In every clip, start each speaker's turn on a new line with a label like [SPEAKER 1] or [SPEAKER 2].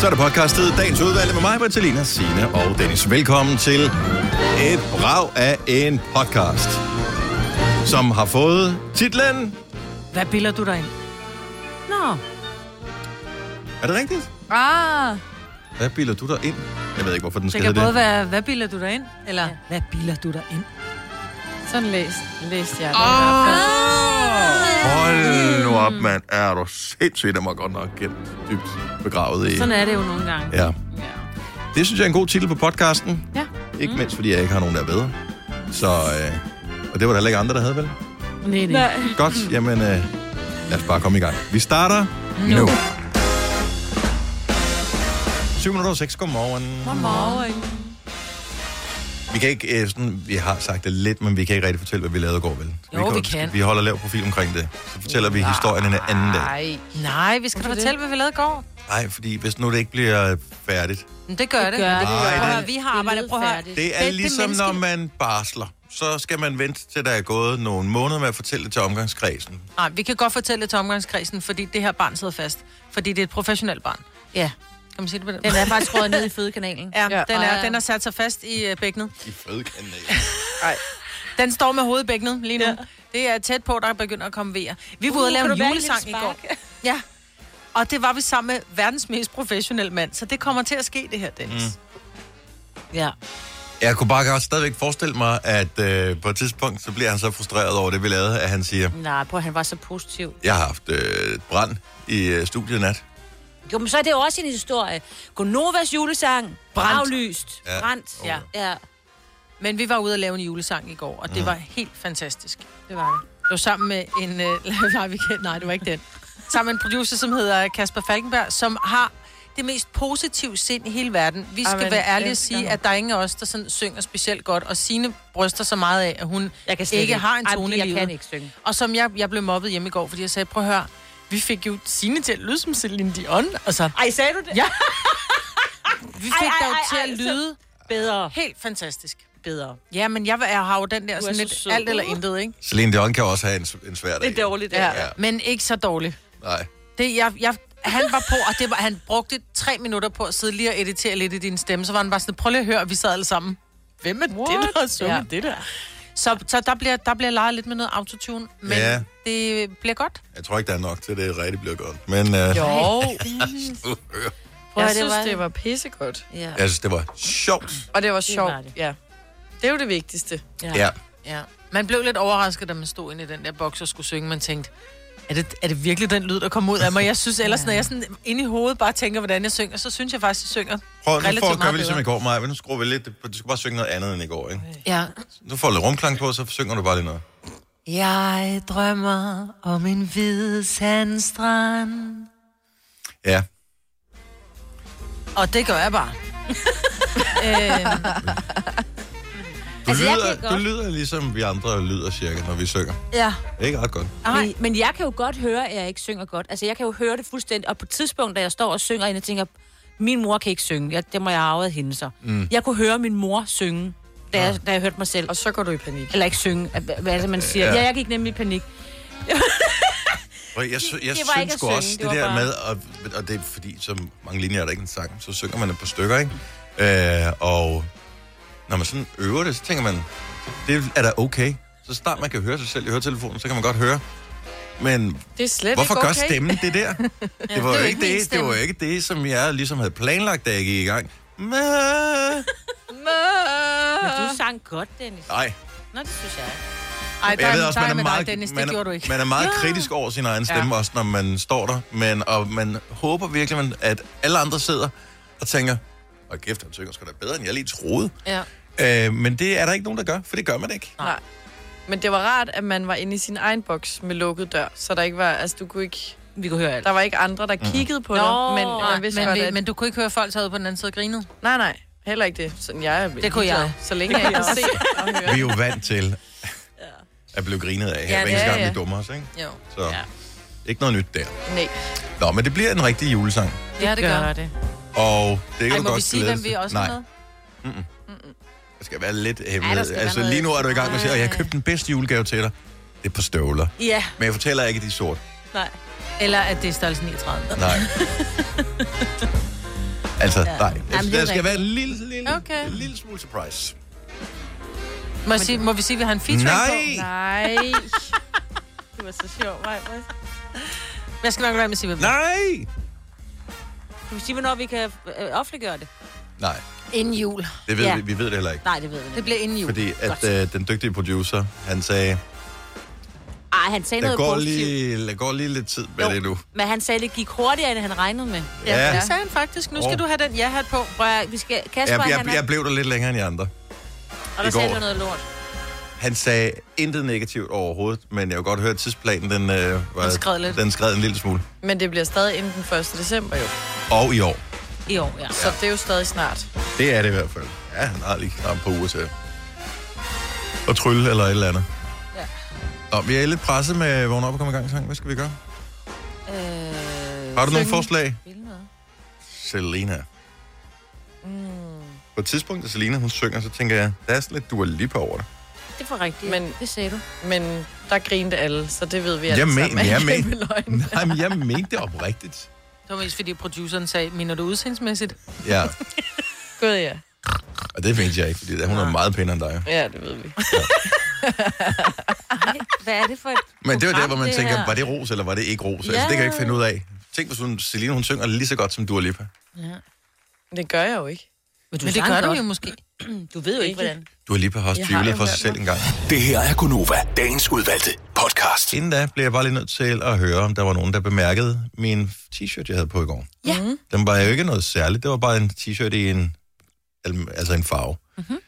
[SPEAKER 1] Så er det podcastet dagens udvalg med mig, Bertalina, Sine og Dennis. Velkommen til et brag af en podcast, som har fået titlen...
[SPEAKER 2] Hvad bilder du dig ind? Nå.
[SPEAKER 1] Er det rigtigt?
[SPEAKER 2] Ah,
[SPEAKER 1] Hvad bilder du dig ind? Jeg ved ikke, hvorfor den
[SPEAKER 2] det
[SPEAKER 1] skal
[SPEAKER 2] kan
[SPEAKER 1] hedde
[SPEAKER 2] både
[SPEAKER 1] det.
[SPEAKER 2] være, hvad bilder du dig ind? Eller, ja. hvad bilder du dig ind?
[SPEAKER 3] Sådan læs, læste jeg det.
[SPEAKER 1] Hold nu op, mand. Er du sindssygt, der var godt nok gemt dybt begravet i.
[SPEAKER 3] Sådan er det jo nogle gange.
[SPEAKER 1] Ja. Det synes jeg er en god titel på podcasten.
[SPEAKER 3] Ja.
[SPEAKER 2] Mm.
[SPEAKER 1] Ikke mindst, fordi jeg ikke har nogen, der er bedre. Så, øh, og det var der heller ikke andre, der havde, vel?
[SPEAKER 3] Nej, nej.
[SPEAKER 1] Godt, jamen øh, lad os bare komme i gang. Vi starter nu. nu. 7 minutter over 6, godmorgen.
[SPEAKER 3] Godmorgen.
[SPEAKER 1] Vi kan ikke, øh, sådan, vi har sagt det lidt, men vi kan ikke rigtig fortælle, hvad vi lavede i går, vel?
[SPEAKER 2] Jo, vi kan.
[SPEAKER 1] Vi holder lav profil omkring det. Så fortæller vi historien en anden dag.
[SPEAKER 3] Ej,
[SPEAKER 2] Nej, vi skal da fortælle, hvad vi lavede i går.
[SPEAKER 1] Nej, fordi hvis nu det ikke bliver færdigt.
[SPEAKER 2] Men det gør det.
[SPEAKER 3] gør det.
[SPEAKER 1] Ej,
[SPEAKER 2] Prøv at
[SPEAKER 1] det-
[SPEAKER 2] høre, vi har arbejdet. Prøv at høre.
[SPEAKER 3] Det
[SPEAKER 1] Det er
[SPEAKER 2] Bedste
[SPEAKER 1] ligesom,
[SPEAKER 2] menneske-
[SPEAKER 1] når man barsler. Så skal man vente til, der er gået nogle måneder med at fortælle det til omgangskredsen.
[SPEAKER 2] Nej, vi kan godt fortælle det til omgangskredsen, fordi det her barn sidder fast. Fordi det er et professionelt barn.
[SPEAKER 4] Ja,
[SPEAKER 2] Kan man sige det på den?
[SPEAKER 4] den er faktisk røget ned i fødekanalen.
[SPEAKER 2] Ja,
[SPEAKER 3] Ja.
[SPEAKER 2] ja. Den, er,
[SPEAKER 4] Ej.
[SPEAKER 2] den har sat sig fast i øh, bækkenet.
[SPEAKER 1] I fødekanal.
[SPEAKER 2] Den står med hovedet i bækkenet lige nu. Ja. Det er tæt på, der begynder at komme vejer. Vi var
[SPEAKER 4] Uh,
[SPEAKER 2] ude og lave en julesang i går. Ja. Og det var vi sammen med verdens mest professionelle mand. Så det kommer til at ske, det her, Dennis. Mm.
[SPEAKER 4] Ja.
[SPEAKER 1] Jeg kunne bare godt stadigvæk forestille mig, at øh, på et tidspunkt, så bliver han så frustreret over det, vi lavede, at han siger,
[SPEAKER 4] Nej, prøv, han var så positiv.
[SPEAKER 1] jeg har haft øh, et brand i øh, studiet i nat.
[SPEAKER 4] Jo, men så er det jo også en historie. Gonovas julesang, braglyst,
[SPEAKER 1] Ja. Oh,
[SPEAKER 4] ja. brændt.
[SPEAKER 1] Ja.
[SPEAKER 4] Ja. ja.
[SPEAKER 2] Men vi var ude og lave en julesang i går, og det mm. var helt fantastisk. Det
[SPEAKER 4] Det var det.
[SPEAKER 2] var sammen med en... Øh, nej, vi kan, nej, det var ikke den. Sammen med en producer, som hedder Kasper Falkenberg, som har det mest positive sind i hele verden. Vi skal
[SPEAKER 3] Amen.
[SPEAKER 2] Amen. være ærlige og
[SPEAKER 3] Elsker
[SPEAKER 2] sige,
[SPEAKER 3] ham.
[SPEAKER 2] at der er ingen af os, der sådan synger specielt godt, og sine bryster så meget af, at hun
[SPEAKER 4] Jeg kan slet
[SPEAKER 2] ikke,
[SPEAKER 4] ikke.
[SPEAKER 2] har en
[SPEAKER 4] Ej,
[SPEAKER 2] tone
[SPEAKER 4] jeg
[SPEAKER 2] i livet.
[SPEAKER 4] kan ikke synge.
[SPEAKER 2] Og som jeg, jeg blev mobbet hjemme i går, fordi jeg sagde, prøv at høre, vi fik jo Signe til at lyde som Celine Dion, og så
[SPEAKER 4] Ej, sagde du det?
[SPEAKER 2] Ja. vi fik
[SPEAKER 4] ej,
[SPEAKER 2] dig jo
[SPEAKER 4] ej,
[SPEAKER 2] til
[SPEAKER 4] ej, altså-
[SPEAKER 2] at
[SPEAKER 4] så-
[SPEAKER 2] lyde
[SPEAKER 4] Bedre,
[SPEAKER 2] helt fantastisk.
[SPEAKER 4] bedre.
[SPEAKER 2] Ja, men jeg, jeg har jo den der sådan
[SPEAKER 3] så
[SPEAKER 2] lidt
[SPEAKER 3] sød.
[SPEAKER 2] alt eller intet, ikke?
[SPEAKER 1] Celine Dion kan også have en, en svær dag.
[SPEAKER 3] det er dårligt. Ja.
[SPEAKER 2] Ja. Men ikke så dårlig.
[SPEAKER 1] Nej.
[SPEAKER 2] Det, jeg, jeg, han var på, og det var, han brugte tre minutter på at sidde lige og editere lidt i din stemme. Så var han bare sådan, prøv lige at høre, og vi sad alle sammen. Hvem er
[SPEAKER 3] What?
[SPEAKER 2] det, der har sunget
[SPEAKER 4] Ja.
[SPEAKER 2] det der? Så, så der, bliver, der bliver leget lidt med noget autotune, men
[SPEAKER 1] Ja.
[SPEAKER 2] ja. det bliver godt.
[SPEAKER 1] Jeg tror ikke, der er nok til, at det rigtig bliver godt. Men øh,
[SPEAKER 2] Jo.
[SPEAKER 4] Prøv,
[SPEAKER 3] Jeg
[SPEAKER 4] at høre,
[SPEAKER 3] synes, det
[SPEAKER 4] var...
[SPEAKER 3] var pissegodt.
[SPEAKER 4] Ja.
[SPEAKER 1] jeg synes, det var sjovt.
[SPEAKER 3] Og det var sjovt.
[SPEAKER 4] var det.
[SPEAKER 3] Ja. Det er jo det vigtigste.
[SPEAKER 4] Ja.
[SPEAKER 1] Ja.
[SPEAKER 2] Ja. Man blev lidt overrasket, da man stod inde i den der boks og skulle synge. Man tænkte, er det, er det virkelig den lyd, der kommer ud af mig? Jeg synes ellers, når jeg sådan inde i hovedet bare tænker, hvordan jeg synger, så synes jeg faktisk, jeg synger.
[SPEAKER 1] Prøv, nu
[SPEAKER 2] Relativt
[SPEAKER 1] får, gør
[SPEAKER 2] meget
[SPEAKER 1] vi ligesom i
[SPEAKER 2] bedre.
[SPEAKER 1] går, Maja, men nu skruer vi lidt. Du skal bare synge noget andet end i går, ikke?
[SPEAKER 2] Ja.
[SPEAKER 1] Nu får du lidt rumklang på, så synger du bare lige noget.
[SPEAKER 2] Jeg drømmer om en hvid sandstrand.
[SPEAKER 1] Ja.
[SPEAKER 2] Og det gør jeg bare.
[SPEAKER 1] Du,
[SPEAKER 4] Altså, jeg kan
[SPEAKER 1] lyder, du
[SPEAKER 4] godt.
[SPEAKER 1] lyder ligesom vi andre lyder cirka, når vi synger.
[SPEAKER 4] ja.
[SPEAKER 1] Det er ikke ret godt.
[SPEAKER 4] Men, men jeg kan jo godt høre, at jeg ikke synger godt. Altså, jeg kan jo høre det fuldstændig. Og på et tidspunkt, da jeg står og synger ind og tænker, min mor kan ikke synge. Jeg, det må jeg have arvet af hende så. Mm. Jeg kunne høre min mor synge, da, jeg, da jeg hørte mig selv.
[SPEAKER 3] Og så går du i panik.
[SPEAKER 4] Eller ikke synge. Hvad, hvad er det, man siger?
[SPEAKER 1] Ja.
[SPEAKER 4] Ja. ja, jeg gik nemlig i panik.
[SPEAKER 1] Og jeg, sy- jeg
[SPEAKER 4] det var
[SPEAKER 1] synes
[SPEAKER 4] ikke at
[SPEAKER 1] sgu
[SPEAKER 4] synge,
[SPEAKER 1] også,
[SPEAKER 4] det
[SPEAKER 1] det,
[SPEAKER 4] var
[SPEAKER 1] der
[SPEAKER 4] bare-
[SPEAKER 1] med, og, og det er fordi, så mange linjer er der ikke en sang, så synger man et par stykker, ikke? Øh, og når man sådan øver det, så tænker man, det er da okay. Så snart man kan høre sig selv i høretelefonen, så kan man godt høre. Men
[SPEAKER 3] Det er slet
[SPEAKER 1] hvorfor
[SPEAKER 3] ikke
[SPEAKER 1] gør
[SPEAKER 3] okay.
[SPEAKER 1] stemmen det der? Det var jo
[SPEAKER 2] jo
[SPEAKER 1] ikke
[SPEAKER 2] ikke min
[SPEAKER 1] det, det, var jo ikke det, som jeg ligesom havde planlagt, da jeg gik i gang. Mæh.
[SPEAKER 4] Men du sang godt, Dennis.
[SPEAKER 1] Nej,
[SPEAKER 4] Nå, det synes jeg ikke.
[SPEAKER 2] Ej, der,
[SPEAKER 1] jeg ved
[SPEAKER 2] er,
[SPEAKER 1] også,
[SPEAKER 2] der
[SPEAKER 1] man er
[SPEAKER 2] med
[SPEAKER 1] meget,
[SPEAKER 2] dig, Dennis,
[SPEAKER 1] man
[SPEAKER 2] det
[SPEAKER 1] er,
[SPEAKER 2] gjorde du ikke.
[SPEAKER 1] Man er meget kritisk over sin egen stemme, ja. også når man står der. Men, og man håber virkelig, man- at alle andre sidder og tænker, og kæft, han synger sgu da bedre, end jeg lige troede.
[SPEAKER 2] Ja.
[SPEAKER 1] Øh, men det er der ikke nogen, der gør, for det gør man ikke.
[SPEAKER 3] Nej. Men det var rart, at man var inde i sin egen boks med lukket dør, så der ikke var, altså du kunne ikke,
[SPEAKER 4] Vi kunne høre alt.
[SPEAKER 3] der var ikke andre,
[SPEAKER 1] Mhm.
[SPEAKER 3] der kiggede på dig, men man vidste
[SPEAKER 2] men,
[SPEAKER 3] godt,
[SPEAKER 2] vi-
[SPEAKER 3] at...
[SPEAKER 2] men du kunne ikke høre at folk sad ude på den anden side og grinede.
[SPEAKER 3] Nej, nej, heller ikke det. Sådan jeg er
[SPEAKER 2] Det kunne
[SPEAKER 3] ligeglad.
[SPEAKER 2] jeg.
[SPEAKER 3] Så længe jeg kan se og høre.
[SPEAKER 1] Vi er jo vant til at blive grinet af her,
[SPEAKER 2] Ja,
[SPEAKER 1] hver
[SPEAKER 2] det
[SPEAKER 1] eneste
[SPEAKER 3] er
[SPEAKER 1] gang,
[SPEAKER 3] jeg.
[SPEAKER 1] vi dummer os, ikke?
[SPEAKER 2] Jo.
[SPEAKER 1] Så ja. ikke noget nyt der.
[SPEAKER 3] Nej.
[SPEAKER 1] Nå, men det bliver en rigtig julesang,
[SPEAKER 2] Ja, det gør
[SPEAKER 4] det.
[SPEAKER 1] og det kan
[SPEAKER 2] Ej,
[SPEAKER 1] du
[SPEAKER 2] må
[SPEAKER 1] godt
[SPEAKER 2] vi sige,
[SPEAKER 1] glæde
[SPEAKER 2] hvem vi
[SPEAKER 1] dig til.
[SPEAKER 2] også
[SPEAKER 1] Nej,
[SPEAKER 2] er med?
[SPEAKER 1] der skal være lidt
[SPEAKER 4] der
[SPEAKER 1] hemmelighed.
[SPEAKER 4] skal
[SPEAKER 1] Ja,
[SPEAKER 4] være
[SPEAKER 1] altså,
[SPEAKER 4] noget-
[SPEAKER 1] lige nu er du i gang med at sige, at jeg købte den bedste julegave til dig. Det er på støvler.
[SPEAKER 4] Ja,
[SPEAKER 1] Men jeg fortæller ikke, at de er sort.
[SPEAKER 4] nej.
[SPEAKER 2] Eller at det er størrelse 39.
[SPEAKER 1] Nej. Altså, nej. Jeg synes,
[SPEAKER 4] Jamen, det er
[SPEAKER 1] der skal
[SPEAKER 4] rigtigt.
[SPEAKER 1] være en lille, lille,
[SPEAKER 2] Okay.
[SPEAKER 1] en lille smule surprise.
[SPEAKER 2] Må, jeg sige, må vi sige, at vi har en feature
[SPEAKER 1] Nej!
[SPEAKER 2] på?
[SPEAKER 3] Nej. Du var så sjov, Maja.
[SPEAKER 2] Men Jeg skal nok lade være med at sige, hvad vi
[SPEAKER 1] Nej!
[SPEAKER 4] Kan vi sige, hvornår vi kan øh, offentliggøre det?
[SPEAKER 1] Nej,
[SPEAKER 2] Inden jul.
[SPEAKER 1] det ved
[SPEAKER 4] Ja.
[SPEAKER 1] vi, vi ved det heller ikke.
[SPEAKER 4] Nej, det ved vi
[SPEAKER 2] Det
[SPEAKER 4] ikke.
[SPEAKER 2] bliver inden jul.
[SPEAKER 1] Fordi at øh, den dygtige producer, han sagde,
[SPEAKER 4] Ej, han sagde
[SPEAKER 1] der
[SPEAKER 4] noget
[SPEAKER 1] går,
[SPEAKER 4] positivt.
[SPEAKER 1] lige, der går lige lidt tid med
[SPEAKER 4] Jo.
[SPEAKER 1] det nu.
[SPEAKER 4] Men han sagde, det gik hurtigere, end han regnede med.
[SPEAKER 2] Ja,
[SPEAKER 1] Ja.
[SPEAKER 2] det sagde han faktisk. Nu skal
[SPEAKER 1] Åh.
[SPEAKER 2] du have den ja-hat på.
[SPEAKER 4] Prøv at, vi skal... Kasper,
[SPEAKER 1] Jeg, jeg,
[SPEAKER 4] han er...
[SPEAKER 1] jeg blev der lidt længere end de andre.
[SPEAKER 4] og
[SPEAKER 1] i
[SPEAKER 4] der sagde
[SPEAKER 1] går.
[SPEAKER 4] han noget lort.
[SPEAKER 1] Han sagde intet negativt overhovedet, men jeg kunne godt høre, at tidsplanen, den, øh, var,
[SPEAKER 2] Den skred lidt.
[SPEAKER 1] den skred en lille smule.
[SPEAKER 3] Men det bliver stadig inden den 1. december jo.
[SPEAKER 1] Og i år.
[SPEAKER 4] I år, ja.
[SPEAKER 3] Så det er jo stadig snart.
[SPEAKER 1] Det er det i hvert fald. Ja, han har lige knap på uger til. Og trylle eller et eller andet.
[SPEAKER 4] Ja.
[SPEAKER 1] Nå, vi er lidt presset med vågen op og komme i gang sang. Hvad skal vi gøre?
[SPEAKER 4] Øh,
[SPEAKER 1] Har du nogle forslag?
[SPEAKER 4] vil noget?
[SPEAKER 1] Selena. Mm. På et tidspunkt, da Selena hun synger, så tænker jeg, der er sådan lidt Dua Lipa over det.
[SPEAKER 4] Det var rigtigt. Men...
[SPEAKER 3] Men-
[SPEAKER 4] Det sagde du.
[SPEAKER 3] Men der grinte alle, så det ved vi
[SPEAKER 1] Jeg
[SPEAKER 3] alle
[SPEAKER 1] men-
[SPEAKER 3] sammen. er
[SPEAKER 1] jeg
[SPEAKER 3] en
[SPEAKER 1] men-
[SPEAKER 3] kæmpe løgn.
[SPEAKER 1] Nej, men jeg mente det oprigtigt.
[SPEAKER 2] Det var mest fordi produceren sagde, minder du udseendsmæssigt?
[SPEAKER 1] Ja,
[SPEAKER 3] Gud, ja.
[SPEAKER 1] og det mente jeg ikke, fordi hun er meget pænere end dig.
[SPEAKER 3] Ja, det ved vi.
[SPEAKER 4] Hvad er det for et
[SPEAKER 1] Men det var der,
[SPEAKER 4] program,
[SPEAKER 1] hvor man tænker,
[SPEAKER 4] her?
[SPEAKER 1] var det ros, eller var det ikke ros? Ja. Altså, det kan jeg ikke finde ud af. Tænk, hvis hun, Selina, hun synger lige så godt som Dua Lipa.
[SPEAKER 3] Det gør jeg jo ikke.
[SPEAKER 4] Men, du
[SPEAKER 2] Men det
[SPEAKER 4] sang
[SPEAKER 2] gør du
[SPEAKER 4] godt.
[SPEAKER 2] jo måske.
[SPEAKER 4] Du ved jo ikke,
[SPEAKER 3] Ikke.
[SPEAKER 4] hvordan.
[SPEAKER 1] Dua Lipa har også
[SPEAKER 3] Jeg har
[SPEAKER 1] tvivlet
[SPEAKER 3] jo
[SPEAKER 1] for sig
[SPEAKER 3] hørt
[SPEAKER 1] selv engang.
[SPEAKER 5] Det her er Gunova, dagens udvalgte podcast.
[SPEAKER 1] Inden da blev jeg bare lige nødt til at høre, om der var nogen, der bemærkede min t-shirt, jeg havde på i går.
[SPEAKER 2] Ja.
[SPEAKER 1] Mm. Den var jo ikke noget særligt. Det var bare en t-shirt i en, al- altså en farve.
[SPEAKER 3] Mhm.
[SPEAKER 1] Mm-hmm.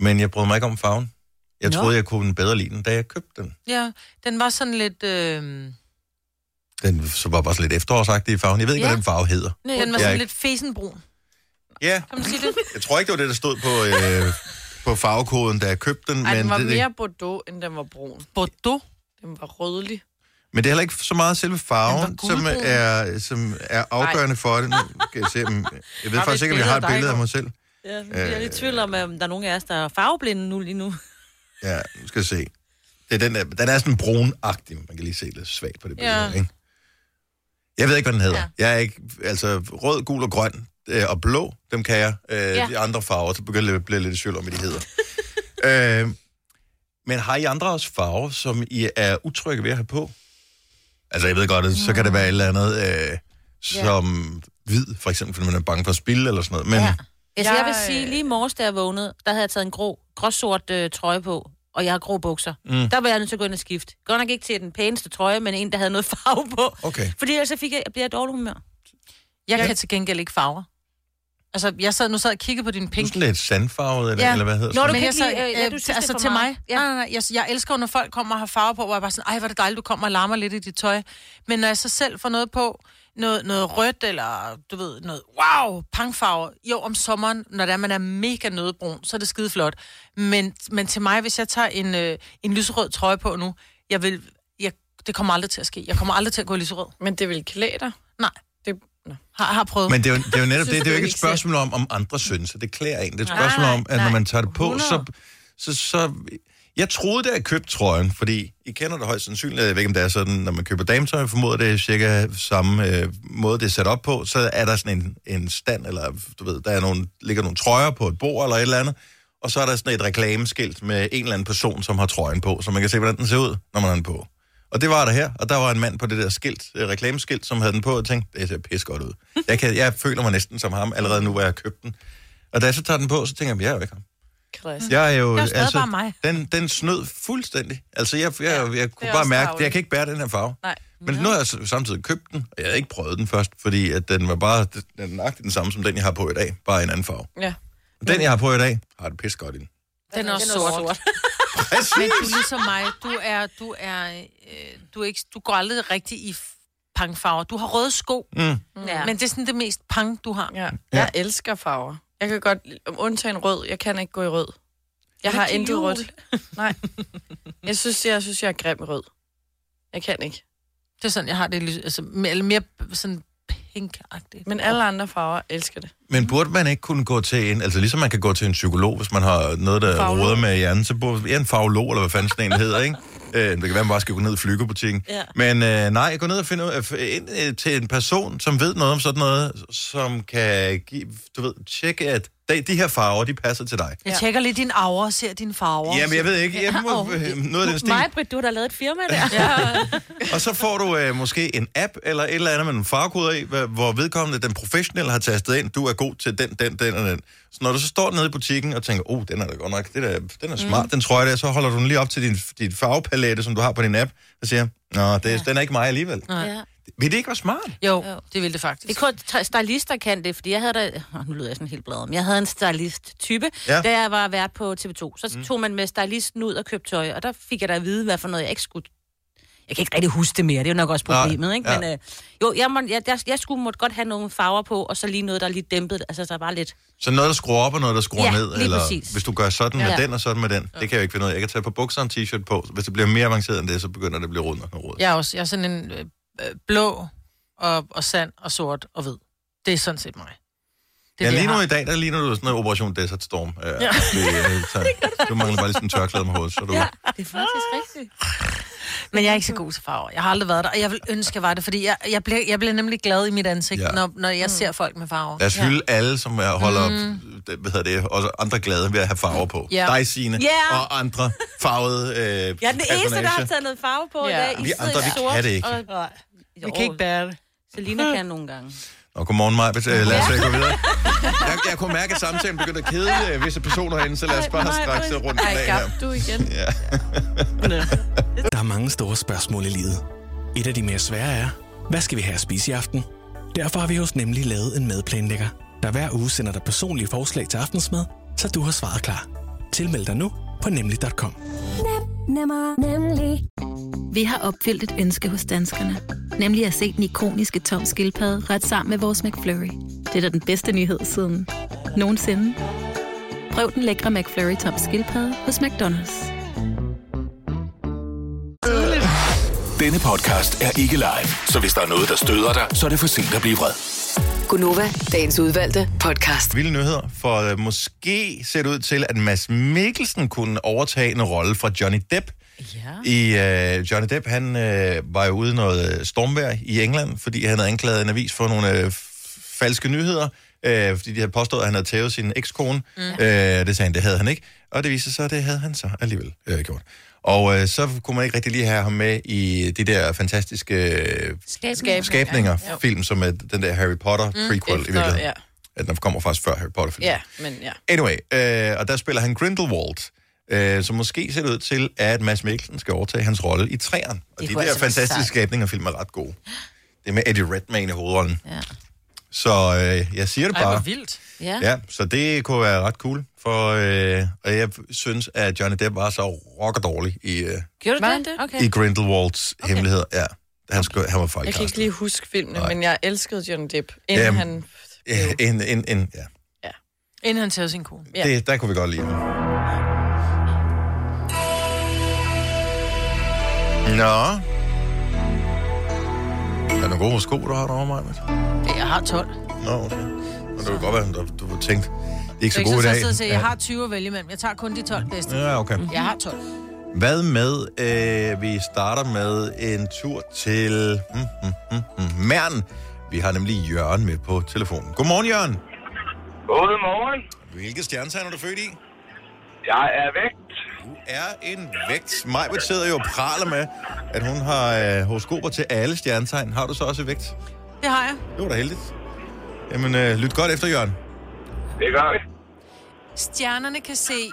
[SPEAKER 1] Men jeg brød mig ikke om farven. Jeg
[SPEAKER 4] Nå.
[SPEAKER 1] troede, jeg kunne bedre lide den, da jeg købte den.
[SPEAKER 2] Ja, den var sådan lidt... Øh...
[SPEAKER 1] Den så var bare sådan lidt efterårsagtig i farven. Jeg ved ikke,
[SPEAKER 4] Ja.
[SPEAKER 1] hvad den farve hedder.
[SPEAKER 2] Den var
[SPEAKER 1] Jeg er
[SPEAKER 2] sådan
[SPEAKER 1] ikke-
[SPEAKER 2] lidt fesenbrun.
[SPEAKER 1] Ja,
[SPEAKER 2] Kan man sige det?
[SPEAKER 1] jeg tror ikke, det var det, der stod på, øh, på farvekoden, da jeg købte den.
[SPEAKER 3] Ej, den var
[SPEAKER 1] det,
[SPEAKER 3] mere Bordeaux, end den var brun.
[SPEAKER 2] Bordeaux.
[SPEAKER 3] Den var rødlig.
[SPEAKER 1] Men det er heller ikke så meget selve
[SPEAKER 2] Den
[SPEAKER 1] farven,
[SPEAKER 2] var
[SPEAKER 1] som
[SPEAKER 2] gulbrun.
[SPEAKER 1] er, som er afgørende for det. Nu kan jeg, se, om, jeg
[SPEAKER 3] Har
[SPEAKER 1] ved
[SPEAKER 3] vi
[SPEAKER 1] faktisk
[SPEAKER 3] et
[SPEAKER 1] ikke, om jeg
[SPEAKER 3] billede
[SPEAKER 1] har et
[SPEAKER 3] af dig
[SPEAKER 1] billede af
[SPEAKER 3] nu?
[SPEAKER 1] mig selv.
[SPEAKER 4] Ja, nu
[SPEAKER 1] Øh.
[SPEAKER 4] bliver jeg lidt i tvivl om, om der er nogen af os, der er farveblinde nu lige nu.
[SPEAKER 1] Ja, nu skal jeg se. Det er den, der, den er sådan brunagtig. Man kan lige se det svagt på det billede. Ja.
[SPEAKER 2] Ja.
[SPEAKER 1] Ikke? Jeg ved ikke, hvad den hedder. Ja. Jeg er ikke, altså rød, gul og grøn øh, og blå, dem kan jeg. Øh, ja. De andre farver, så begynder jeg at blive lidt i tvivl om, hvad de hedder. øh, men har I andre også farver, som I er utrygge ved at have på? Altså, jeg ved godt, at så kan det være et eller andet, øh, som hvid, for eksempel, fordi man er bange for at spille eller sådan noget. Men ja.
[SPEAKER 4] Altså, jeg, jeg vil
[SPEAKER 3] Jeg-
[SPEAKER 4] sige, lige i morges, da jeg vågnede, der havde jeg taget en grå, gråsort øh, trøje på, og jeg har grå bukser. Mm. Der var jeg nødt til at gå ind og skifte. Godt nok ikke til den pæneste trøje, men en, der havde noget farve på.
[SPEAKER 1] okay.
[SPEAKER 4] Fordi ellers så fik jeg, jeg bliver jeg i dårlig humør.
[SPEAKER 2] Jeg kan til gengæld ikke farver. Altså, jeg sad, nu sad jeg og kiggede på din
[SPEAKER 1] Du er
[SPEAKER 2] pink.
[SPEAKER 1] sådan lidt sandfarvet, eller, ja. eller hvad hedder
[SPEAKER 4] Nå,
[SPEAKER 1] sådan
[SPEAKER 4] du
[SPEAKER 2] Men
[SPEAKER 4] kan
[SPEAKER 2] jeg
[SPEAKER 4] ikke
[SPEAKER 2] sad,
[SPEAKER 4] lide, øh, ja,
[SPEAKER 2] øh,
[SPEAKER 4] du synes, det er
[SPEAKER 2] altså
[SPEAKER 4] for
[SPEAKER 2] til
[SPEAKER 4] meget.
[SPEAKER 2] mig, ja. nej, nej, nej, jeg, jeg elsker, når folk kommer og har farve på, hvor jeg bare sådan, ej, hvor er det dejligt, du kommer og larmer lidt i dit tøj. Men når jeg så selv får noget på, noget, noget rødt, eller du ved, noget wow, pangfarve, jo, om sommeren, når det er, man er mega nødbrun, så er det skide flot. Men, men til mig, hvis jeg tager en, øh, en lyserød trøje på nu, jeg vil, jeg, det kommer aldrig til at ske. Jeg kommer aldrig til at gå i lyserød.
[SPEAKER 3] Men det ville klæde dig.
[SPEAKER 2] Nej,
[SPEAKER 3] Det... Nå.
[SPEAKER 2] har, har prøvet.
[SPEAKER 1] Men det er jo, det er jo
[SPEAKER 3] Synes
[SPEAKER 1] netop det. Det er
[SPEAKER 3] du
[SPEAKER 1] jo ikke et
[SPEAKER 3] ikke selv?
[SPEAKER 1] spørgsmål om, om andre synes, at det klæder en. Det er et
[SPEAKER 2] Nej,
[SPEAKER 1] spørgsmål om, at når
[SPEAKER 2] nej.
[SPEAKER 1] man tager det på, så,
[SPEAKER 2] 100.
[SPEAKER 1] så, så... Jeg troede, da jeg købte trøjen, fordi I kender det højst sandsynligt. Jeg ved ikke, om det er sådan, når man køber dametøj, jeg formoder det er cirka samme øh, måde, det er sat op på. Så er der sådan en, en stand, eller du ved, der er nogle, ligger nogle trøjer på et bord eller et eller andet. Og så er der sådan et reklameskilt med en eller anden person, som har trøjen på, så man kan se, hvordan den ser ud, når man har den på. Og det var der her, og der var en mand på det der skilt, øh, reklameskilt, som havde den på, og tænkte, det ser pis godt ud. Jeg, kan, jeg føler mig næsten som ham, allerede nu, hvor jeg har købt den. Og da jeg så tager den på, så tænker jeg, jeg er jo ikke ham.
[SPEAKER 3] Klasse.
[SPEAKER 1] Mm. Jeg er jo, altså,
[SPEAKER 2] Det er jo stadig bare mig.
[SPEAKER 1] Den, den snød fuldstændig. Altså, jeg, jeg, jeg, jeg kunne bare
[SPEAKER 3] også
[SPEAKER 1] mærke, at
[SPEAKER 3] tarveligt.
[SPEAKER 1] jeg kan ikke bære den her farve.
[SPEAKER 3] Nej.
[SPEAKER 1] Men nu har jeg s- samtidig købt den, og jeg havde ikke prøvet den først, fordi at den var bare den er nøjagtigt den samme som den, jeg har på i dag, bare i en anden farve.
[SPEAKER 3] Ja.
[SPEAKER 1] Den, jeg har på i dag, har det pis godt i den.
[SPEAKER 2] den er også sort. sort. Men
[SPEAKER 1] Præcis!
[SPEAKER 2] du er ligesom mig. Du er, du er, øh, du er ikke, du går aldrig rigtig i f- pangfarver. Du har røde sko, mm.
[SPEAKER 4] Ja.
[SPEAKER 2] men det er sådan det mest pang, du har.
[SPEAKER 3] ja. Jeg elsker farver. Jeg kan godt... Undtagen rød. Jeg kan ikke gå i rød. Jeg har
[SPEAKER 4] til
[SPEAKER 3] intet
[SPEAKER 4] jul.
[SPEAKER 3] rødt. Nej. Jeg synes, jeg, synes, jeg er grim i rød. Jeg kan ikke.
[SPEAKER 2] Det er sådan, jeg har det. lys- Altså, mere, eller mere sådan pink-agtigt.
[SPEAKER 3] Men alle andre farver elsker det.
[SPEAKER 1] Men burde man ikke kunne gå til en, altså ligesom man kan gå til en psykolog, hvis man har noget, der
[SPEAKER 3] Faglog.
[SPEAKER 1] råder med hjernen, så burde ja, en faglog, eller hvad fanden sådan en hedder, ikke? Øh, det kan være, man bare skal gå ned i flyggebutikken.
[SPEAKER 4] Ja.
[SPEAKER 1] Men øh, nej, gå ned og finde ud af- f- ind øh, til en person, som ved noget om sådan noget, som kan give, du ved, tjekke, at de, de her farver, de passer til dig.
[SPEAKER 2] Jeg tjekker lige din aura og ser dine farver.
[SPEAKER 1] Jamen, jeg ved ikke. Jeg må, øh, noget af den stil.
[SPEAKER 6] Mig, Britt, du har da lavet et firma der.
[SPEAKER 1] Og så får du øh, måske en app eller et eller andet med en farkode i, hva- hvor vedkommende, den professionelle, har tastet ind, du er god til den, den, den og den. Så når du så står nede i butikken og tænker, oh, den er da godt nok, det der, den er smart, mm. den tror jeg der, så holder du den lige op til din, din farvepalette, som du har på din app, og siger, nå, det, ja. den er ikke mig alligevel. Ja.
[SPEAKER 4] Ja.
[SPEAKER 1] Vil det ikke være smart?
[SPEAKER 2] Jo, det ville det faktisk.
[SPEAKER 4] Det er kun tre- stylister kan det, fordi jeg havde da... Åh, nu lyder jeg sådan helt bladet, men jeg havde en stylist-type,
[SPEAKER 1] Ja. Mm.
[SPEAKER 4] ja. da jeg var vært på TV2. Så tog man med stylisten ud og købte tøj, og der fik jeg da at vide, hvad for noget jeg ikke skulle... Jeg kan ikke rigtig huske det mere, det er jo nok også
[SPEAKER 1] Nej,
[SPEAKER 4] problemet, ikke?
[SPEAKER 1] ja.
[SPEAKER 4] Men øh, jo, jeg, må, jeg, jeg, jeg skulle måtte godt have nogle farver på, og så lige noget, der lige dæmpede, det. altså der var lidt...
[SPEAKER 1] Så noget, der skruer op, og noget, der skruer
[SPEAKER 4] Ja,
[SPEAKER 1] ned.
[SPEAKER 4] lige
[SPEAKER 1] Eller
[SPEAKER 4] præcis.
[SPEAKER 1] hvis du gør sådan med
[SPEAKER 4] Ja.
[SPEAKER 1] den og sådan med den. Det kan jeg jo ikke finde ud af. Jeg kan tage på bukser og en t-shirt på. Hvis det bliver mere avanceret end det, så begynder det at blive rundt og rodet.
[SPEAKER 2] Jeg er også jeg er sådan en øh, øh, blå og, og sand og sort og hvid. Det er sådan set mig. Det
[SPEAKER 1] Ja,
[SPEAKER 2] er
[SPEAKER 1] lige
[SPEAKER 2] det, jeg
[SPEAKER 1] nu
[SPEAKER 2] har.
[SPEAKER 1] i dag, der ligner du sådan noget Operation Desert Storm. Øh, ja. du mangler bare lige sådan en tørklæde med hovedet, så er du... Ja.
[SPEAKER 4] Det er faktisk rigtigt.
[SPEAKER 2] Men jeg er ikke så god til farver. Jeg har aldrig været der, og jeg vil ønske, jeg var det, fordi jeg, jeg, bliver, jeg bliver nemlig glad i mit ansigt,
[SPEAKER 1] Ja.
[SPEAKER 2] ja. når, når jeg mm. ser folk med farver.
[SPEAKER 1] Lad os hylde alle, som er, holder mm. hvad hedder det, også andre glade ved at have farver på.
[SPEAKER 2] Ja.
[SPEAKER 1] Dig, Signe,
[SPEAKER 4] Ja.
[SPEAKER 1] og andre farvede øh, Jeg er
[SPEAKER 4] Jeg er den eneste, der har taget noget farve på ja. i
[SPEAKER 3] Ja.
[SPEAKER 4] dag. I
[SPEAKER 1] Vi
[SPEAKER 4] sidder
[SPEAKER 1] andre,
[SPEAKER 4] i
[SPEAKER 1] vi
[SPEAKER 4] sort
[SPEAKER 1] kan det ikke.
[SPEAKER 4] Og, nej. Jo,
[SPEAKER 2] Vi kan ikke bære det.
[SPEAKER 4] Selina kan nogle gange.
[SPEAKER 1] Nå, godmorgen, Maja. Øh, lad os øh, gå videre. Jeg, jeg kunne mærke, at samtalen begyndte at kede øh, visse personer herinde, så lad os bare straks øh, rundt den af her.
[SPEAKER 3] Du igen.
[SPEAKER 5] Der er mange store spørgsmål i livet. Et af de mere svære er, hvad skal vi have at spise i aften? Derfor har vi hos Nemlig lavet en madplanlægger, der hver uge sender dig personlige forslag til aftensmad, så du har svaret klar. Tilmeld dig nu på nemlig.com.
[SPEAKER 7] Nemmer, nemlig.
[SPEAKER 8] Vi har opfyldt et ønske hos danskerne. Nemlig at se den ikoniske tom skildpadde ret sammen med vores McFlurry. Det er da den bedste nyhed siden nogensinde. Prøv den lækre McFlurry tom skildpadde hos McDonald's.
[SPEAKER 5] Denne podcast er ikke live, så hvis der er noget, der støder dig, så er det for sent at blive vred.
[SPEAKER 9] Gunova, dagens udvalgte podcast.
[SPEAKER 1] Vilde nyheder, for øh, måske ser det ud til, at Mads Mikkelsen kunne overtage en rolle fra Johnny Depp. Ja. I øh, Johnny Depp, han øh, var jo ude i noget øh, stormvejr i England, fordi han havde anklaget en avis for nogle øh, f- falske nyheder, øh, fordi de havde påstået, at han havde tævet sin ekskone. Mm. Øh, det sagde han, det havde han ikke. Og det viste sig, at det havde han så alligevel øh, gjort. Og øh, så kunne man ikke rigtig lige have ham med i de der fantastiske øh,
[SPEAKER 4] Skabninger.
[SPEAKER 1] skabninger, film, som er den der Harry Potter prequel i
[SPEAKER 3] Efter,
[SPEAKER 1] virkeligheden
[SPEAKER 3] ja.
[SPEAKER 1] at den kommer faktisk før Harry Potter filmen.
[SPEAKER 3] ja, men ja.
[SPEAKER 1] Anyway, øh, og der spiller han Grindelwald. Øh, så måske ser det ud til, at Mads Mikkelsen skal overtage hans rolle i træerne. Og
[SPEAKER 4] Det
[SPEAKER 1] de
[SPEAKER 4] kunne
[SPEAKER 1] der
[SPEAKER 4] altså være
[SPEAKER 1] fantastiske
[SPEAKER 4] sejt.
[SPEAKER 1] skabninger film er ret gode. Det er med Eddie Redmayne i hovedrollen.
[SPEAKER 4] Ja.
[SPEAKER 1] Så øh, jeg siger det
[SPEAKER 2] Ej, hvor
[SPEAKER 1] bare.
[SPEAKER 2] vildt.
[SPEAKER 4] Ja.
[SPEAKER 1] Ja, så det kunne være ret cool. For, øh, og jeg synes, at Johnny Depp var så rocker dårlig i, øh,
[SPEAKER 4] Gjorde
[SPEAKER 3] Var
[SPEAKER 4] du
[SPEAKER 3] han
[SPEAKER 4] det?
[SPEAKER 3] det?
[SPEAKER 4] Okay.
[SPEAKER 1] i Grindelwalds okay. hemmeligheder. Ja, han, skulle, han var
[SPEAKER 3] Jeg kan
[SPEAKER 1] fejlkastet.
[SPEAKER 3] ikke lige huske filmene,
[SPEAKER 1] Nej.
[SPEAKER 3] men jeg elskede Johnny Depp, inden
[SPEAKER 1] Jamen.
[SPEAKER 3] han...
[SPEAKER 1] Ja, en, en, en, ja.
[SPEAKER 2] Inden han tager sin kone.
[SPEAKER 3] Ja.
[SPEAKER 1] Det, der kunne vi godt lide ham. Nå. Er der nogle gode sko, du har derovre, mig?
[SPEAKER 2] Jeg har 12.
[SPEAKER 1] Nå, okay. Og det kunne godt være, at du, du tænkte, det er ikke så
[SPEAKER 2] ikke
[SPEAKER 1] gode i
[SPEAKER 2] så
[SPEAKER 1] dag.
[SPEAKER 2] sidde og sige, jeg har 20 at vælge imellem. Jeg tager kun de 12 bedste.
[SPEAKER 1] Ja, okay.
[SPEAKER 2] Jeg har 12.
[SPEAKER 1] Hvad med, øh, vi starter med en tur til mm, mm, mm, mm, Mern. Vi har nemlig Jørgen med på telefonen. Godmorgen, Jørgen.
[SPEAKER 10] Godmorgen.
[SPEAKER 1] Hvilke stjernetegn er du født i?
[SPEAKER 10] Jeg er vægt.
[SPEAKER 1] er en vægt. Majbert sidder jo og praler med, at hun har øh, horoskoper til alle stjernetegn. Har du så også vægt?
[SPEAKER 2] Det har jeg.
[SPEAKER 1] Det var da heldigt. Jamen, øh, lyt godt efter, Jørgen.
[SPEAKER 10] Det gør vi.
[SPEAKER 2] Stjernerne kan se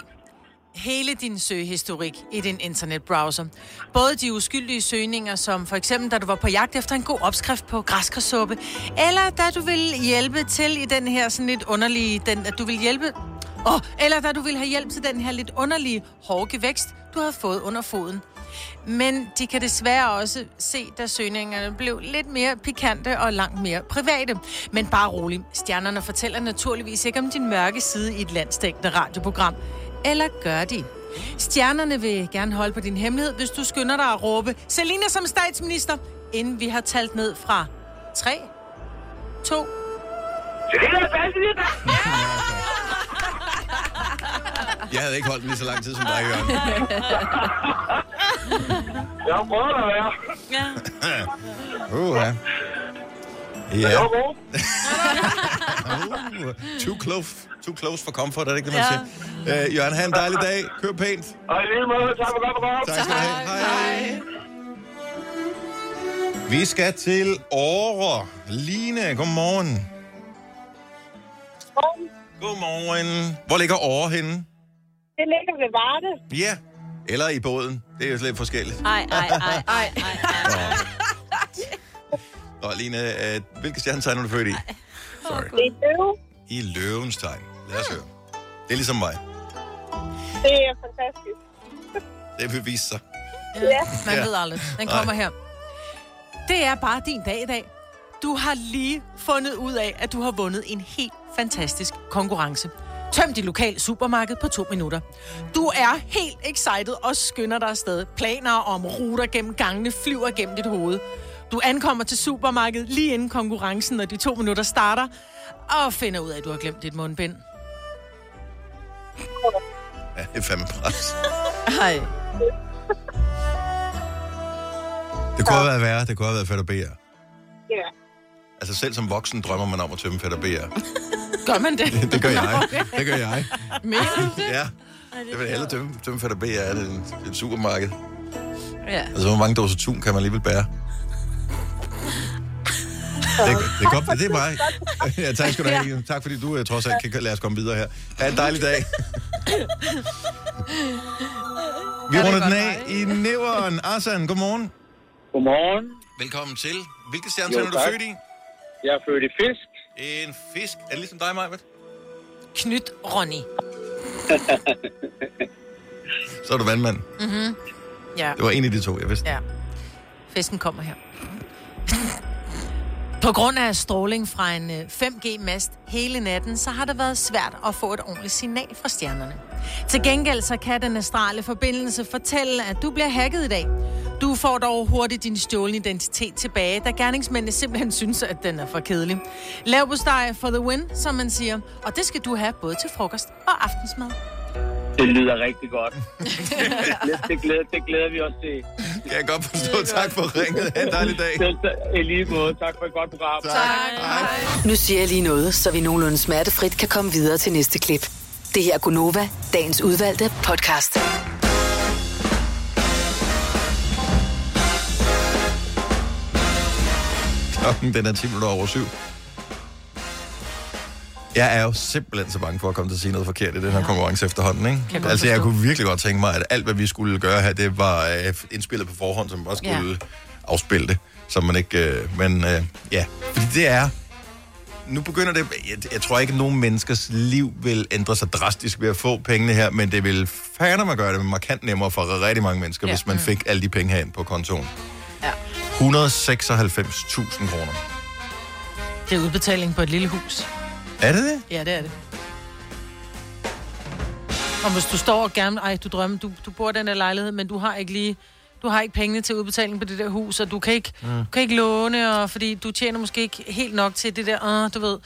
[SPEAKER 2] hele din søgehistorik i din internetbrowser. Både de uskyldige søgninger, som for eksempel, da du var på jagt efter en god opskrift på græskarsuppe, eller da du vil hjælpe til i den her sådan lidt underlige, den, at du vil hjælpe, oh, eller da du vil have hjælp til den her lidt underlige hårde vækst, du havde fået under foden. Men de kan desværre også se, da søgningerne blev lidt mere pikante og langt mere private. Men bare rolig, stjernerne fortæller naturligvis ikke om din mørke side i et landstækkende radioprogram. Eller gør de? Stjernerne vil gerne holde på din hemmelighed, hvis du skynder dig at råbe Selina som statsminister, inden vi har talt ned fra 3, to.
[SPEAKER 10] Serena Balsita!
[SPEAKER 1] Jeg havde ikke holdt den lige så lang tid som dig, Jørgen.
[SPEAKER 10] Jeg prøver at være.
[SPEAKER 2] Ja.
[SPEAKER 1] Uh, ja.
[SPEAKER 10] Jeg
[SPEAKER 1] Ja.
[SPEAKER 10] var god.
[SPEAKER 1] Uh, too close. Too close for comfort, er det ikke det, man siger? Uh, Jørgen, have en dejlig dag. Kør pænt.
[SPEAKER 10] Og i lige måde, tak for godt program.
[SPEAKER 1] Tak skal du have. Hej. Vi skal til Åre. Line, godmorgen. Godmorgen. Hvor ligger Åre henne?
[SPEAKER 6] Det ligger ved Varde.
[SPEAKER 1] Ja. Eller i båden. Det er jo lidt forskelligt.
[SPEAKER 4] Ej, ej, ej, ej, ej.
[SPEAKER 1] Nå, Line, øh, hvilket stjernetegn er du født i? Sorry.
[SPEAKER 6] Det er døve.
[SPEAKER 1] I løvens tegn. Lad os høre. Det er ligesom mig.
[SPEAKER 6] Det er fantastisk.
[SPEAKER 1] Det vil vise sig.
[SPEAKER 6] Ja.
[SPEAKER 2] Man
[SPEAKER 1] Ja.
[SPEAKER 2] ved aldrig. Den
[SPEAKER 1] Nej.
[SPEAKER 2] kommer her. Det er bare din dag i dag. Du har lige fundet ud af, at du har vundet en helt fantastisk konkurrence. Tøm dit lokale supermarked på to minutter. Du er helt excited og skynder dig afsted. Planer om ruter gennem gangene flyver gennem dit hoved. Du ankommer til supermarkedet lige inden konkurrencen, når de to minutter starter, og finder ud af, at du har glemt dit mundbind.
[SPEAKER 1] Ja, det er fandme pres.
[SPEAKER 3] Hej.
[SPEAKER 1] Det kunne have været værre. Det kunne have været fedt at bære.
[SPEAKER 6] ja.
[SPEAKER 1] Altså selv som voksen drømmer man om at tømme fedt og bære.
[SPEAKER 2] Gør man det?
[SPEAKER 1] Det gør jeg. Det gør jeg.
[SPEAKER 3] Mener du det?
[SPEAKER 1] Ja. Jeg vil hellere tømme, tømme fedt og bære af det end et supermarked.
[SPEAKER 3] Ja.
[SPEAKER 1] Altså, hvor mange dåser tun kan man alligevel bære? Det, det er godt, det er mig. Ja, tak skal du have. Line. Tak fordi du eh, trods alt kan lade os komme videre her. Ha' en dejlig dag. Vi runder den af i næveren. Arsan, godmorgen.
[SPEAKER 10] Godmorgen.
[SPEAKER 1] Velkommen til. Hvilke stjernetegn
[SPEAKER 10] Jo,
[SPEAKER 1] er du
[SPEAKER 10] tak.
[SPEAKER 1] født i?
[SPEAKER 10] Jeg er født i fisk.
[SPEAKER 1] En fisk. Er det ligesom dig, Majbert?
[SPEAKER 2] Knyt, Ronny.
[SPEAKER 1] Så er du vandmand.
[SPEAKER 2] Mm-hmm. Ja.
[SPEAKER 1] Det var en af de to, jeg vidste.
[SPEAKER 2] Ja. Festen kommer her. På grund af stråling fra en 5G-mast hele natten, så har det været svært at få et ordentligt signal fra stjernerne. Til gengæld så kan den astrale forbindelse fortælle, at du bliver hacket i dag. Du får dog hurtigt din stjålne identitet tilbage, da gerningsmændene simpelthen synes, at den er for kedelig. Lav på steg for the win, som man siger, og det skal du have både til frokost og aftensmad.
[SPEAKER 10] Det lyder rigtig godt. det, glæder, det glæder vi os til.
[SPEAKER 1] Kan jeg godt forstå. Tak for ringet. Ha' en dejlig dag.
[SPEAKER 10] Selv i lige måde. Tak for et godt program.
[SPEAKER 1] Tak. Hej.
[SPEAKER 9] Nu siger jeg lige noget, så vi nogenlunde smertefrit kan komme videre til næste klip. Det her er Gunova, dagens udvalgte podcast.
[SPEAKER 1] Klokken den er 10 minutter over syv. Jeg er jo simpelthen så bange for at komme til at sige noget forkert i den her konkurrence efterhånden, ikke?
[SPEAKER 2] jeg godt
[SPEAKER 1] altså, jeg
[SPEAKER 2] forstå.
[SPEAKER 1] kunne virkelig godt tænke mig, at alt, hvad vi skulle gøre her, det var øh, indspillet på forhånd, som bare skulle afspille det, så man ikke... Øh, men øh, ja, fordi det er... Nu begynder det... Jeg, jeg tror ikke, at nogen menneskers liv vil ændre sig drastisk ved at få pengene her, men det vil fandme gøre det markant nemmere for rigtig mange mennesker, ja. hvis
[SPEAKER 2] Mm.
[SPEAKER 1] man fik alle de penge herind på kontoen. Ja. 196.000 kroner.
[SPEAKER 2] Det er udbetaling på et lille hus.
[SPEAKER 1] Er det det?
[SPEAKER 2] Ja, det er det. Og hvis du står og gerne... Ej, du drømmer, du, du bor i den der lejlighed, men du har ikke lige... Du har ikke pengene til udbetaling på det der hus, og du kan ikke, mm. du kan ikke låne, og fordi du tjener måske ikke helt nok til det der, uh, du ved.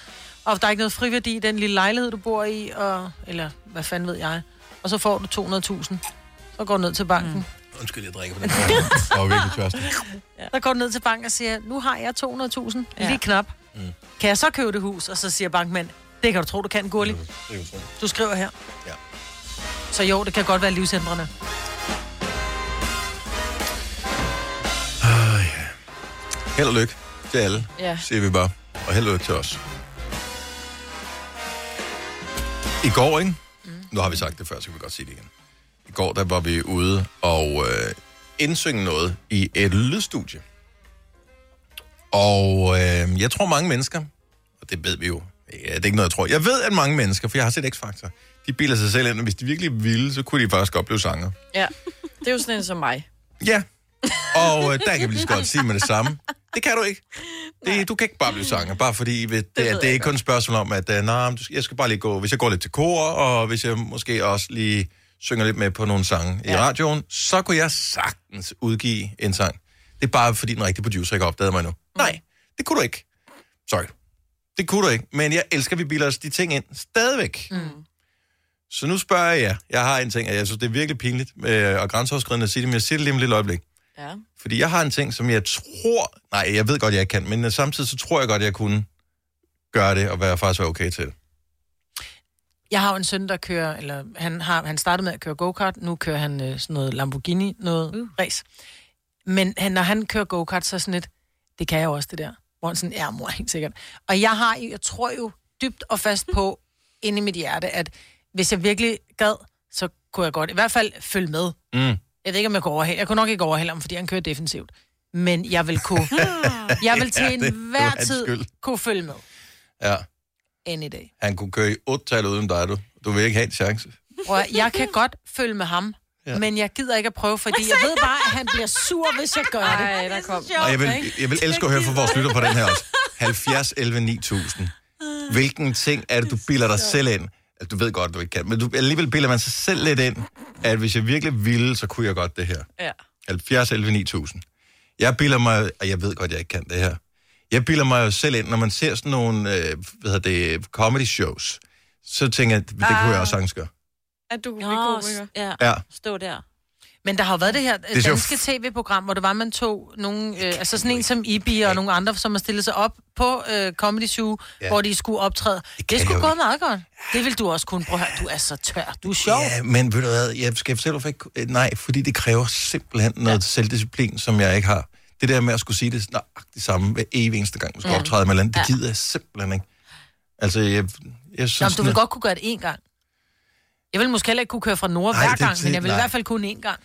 [SPEAKER 2] Og der er ikke noget friværdi i den lille lejlighed, du bor i, og, eller hvad fanden ved jeg. Og så får du 200.000. Så går du ned til banken. Mm.
[SPEAKER 1] Undskyld, jeg drikker på den måde. Jeg var virkelig tørstig.
[SPEAKER 2] Der går du ned til banken og siger, nu har jeg 200.000, ja. lige knap. Mm. Kan jeg så købe det hus? Og så siger bankmanden, det kan du tro, du kan, Gurli.
[SPEAKER 1] Det er jo sådan.
[SPEAKER 2] Du skriver her.
[SPEAKER 1] Ja.
[SPEAKER 2] Så jo, det kan godt være livsændrende.
[SPEAKER 1] Held og lykke til alle,
[SPEAKER 3] Ja.
[SPEAKER 1] siger vi bare. Og held og lykke til os. I går, ikke? Mm. Nu har vi sagt det før, så kan vi godt sige det igen. I går, der var vi ude og øh, indsynge noget i et lydstudie. Og øh, jeg tror mange mennesker, og det ved vi jo, ja, det er ikke noget, jeg tror. Jeg ved, at mange mennesker, for jeg har set X-Factor, de bilder sig selv ind, og hvis de virkelig ville, så kunne de faktisk godt blive sanger.
[SPEAKER 3] Ja. Det er jo sådan en som mig.
[SPEAKER 1] Ja. Og øh, der kan vi lige så godt sige med det samme. Det kan du ikke. Det, du kan ikke bare blive sanger, bare fordi ved, det, det, det er ikke kun et spørgsmål om, at øh, nah, men du skal- jeg skal bare lige gå, hvis jeg går lidt til kor, og hvis jeg måske også lige synger lidt med på nogle sange ja. i radioen, så kunne jeg sagtens udgive en sang. Det er bare fordi den rigtige producer ikke opdagede mig nu. Nej, det kunne du ikke. Sorry. Det kunne du ikke, men jeg elsker, at vi bilder os de ting ind stadigvæk. Mm. Så nu spørger jeg jer. Jeg har en ting, og jeg synes, det er virkelig pinligt øh, og grænseoverskridende at sige det, men jeg siger det lige om et lille øjeblik.
[SPEAKER 3] Ja.
[SPEAKER 1] Fordi jeg har en ting, som jeg tror... Nej, jeg ved godt, jeg ikke kan, men øh, samtidig så tror jeg godt, jeg kunne gøre det og være faktisk være okay til det.
[SPEAKER 2] Jeg har jo en søn, der kører, eller han, har, han startede med at køre go-kart, nu kører han øh, sådan noget Lamborghini, noget uh. race. Men han, når han kører go-kart, så er sådan lidt, det kan jeg jo også det der. Hvor han sådan, ja mor, helt sikkert. Og jeg har, jo- jeg tror jo dybt og fast på, inde i mit hjerte, at hvis jeg virkelig gad, så kunne jeg godt i hvert fald følge med.
[SPEAKER 1] Mm.
[SPEAKER 2] Jeg ved ikke, om jeg kunne overhale. Jeg kunne nok ikke overhale ham, fordi han kører defensivt. Men jeg vil kunne. jeg vil
[SPEAKER 1] Ja,
[SPEAKER 2] til
[SPEAKER 1] det- det var
[SPEAKER 2] enhver
[SPEAKER 1] hans
[SPEAKER 2] tid
[SPEAKER 1] skyld.
[SPEAKER 2] kunne følge med.
[SPEAKER 1] Ja,
[SPEAKER 2] Any day.
[SPEAKER 1] han kunne køre i 8-tal uden dig, du. Du vil ikke have en chance.
[SPEAKER 2] Prøv, at- jeg kan godt følge med ham,
[SPEAKER 1] Ja.
[SPEAKER 2] ja. men jeg gider ikke at prøve, fordi jeg ved bare, at han bliver sur, hvis jeg gør det.
[SPEAKER 3] Ej, der kom.
[SPEAKER 1] Og jeg vil, jeg vil elske at høre fra vores lytter på den her også. 70 11 9000. Hvilken ting er det, du bilder dig selv ind? Altså, Du ved godt, du ikke kan, men du, alligevel bilder man sig selv lidt ind, at hvis jeg virkelig ville, så kunne jeg godt det her.
[SPEAKER 3] Ja.
[SPEAKER 1] 70 11 9000. Jeg bilder mig, og jeg ved godt, jeg ikke kan det her. Jeg bilder mig jo selv ind, når man ser sådan nogle, øh, hvad hedder det, comedy shows, så tænker jeg, det det kunne jeg også sagtens gøre.
[SPEAKER 3] At du kunne blive
[SPEAKER 4] Nå,
[SPEAKER 3] komiker.
[SPEAKER 4] ja.
[SPEAKER 1] Ja.
[SPEAKER 4] Stå der.
[SPEAKER 2] Men der har jo været det her øh,
[SPEAKER 1] er sjovt.
[SPEAKER 2] danske tv-program, hvor det var, man tog nogle, øh, altså sådan en som Ibi og nogle andre, som har stillet sig op på øh, Comedy Zoo,
[SPEAKER 1] Ja.
[SPEAKER 2] ja. hvor de skulle optræde.
[SPEAKER 1] kan
[SPEAKER 2] Det, det skulle
[SPEAKER 1] jeg jo
[SPEAKER 2] gå meget godt. Det vil du også kunne. Prøv at høre, du er så tør. Du er sjov.
[SPEAKER 1] Ja, men ved du hvad, jeg skal selv ikke... øh, Nej, fordi det kræver simpelthen noget ja. selvdisciplin, som jeg ikke har. Det der med at skulle sige det nøjagtigt samme hver evig eneste gang, man skal mm. optræde med et eller andet, det gider jeg simpelthen ikke. Altså, jeg, jeg synes...
[SPEAKER 2] Nå, men du vil
[SPEAKER 1] at-
[SPEAKER 2] godt kunne gøre det én gang. Jeg vil måske heller ikke kunne køre fra Nord
[SPEAKER 1] Nej,
[SPEAKER 2] hver
[SPEAKER 1] det-
[SPEAKER 2] gang,
[SPEAKER 1] det-
[SPEAKER 2] men jeg vil i
[SPEAKER 1] nej.
[SPEAKER 2] hvert fald kunne én gang.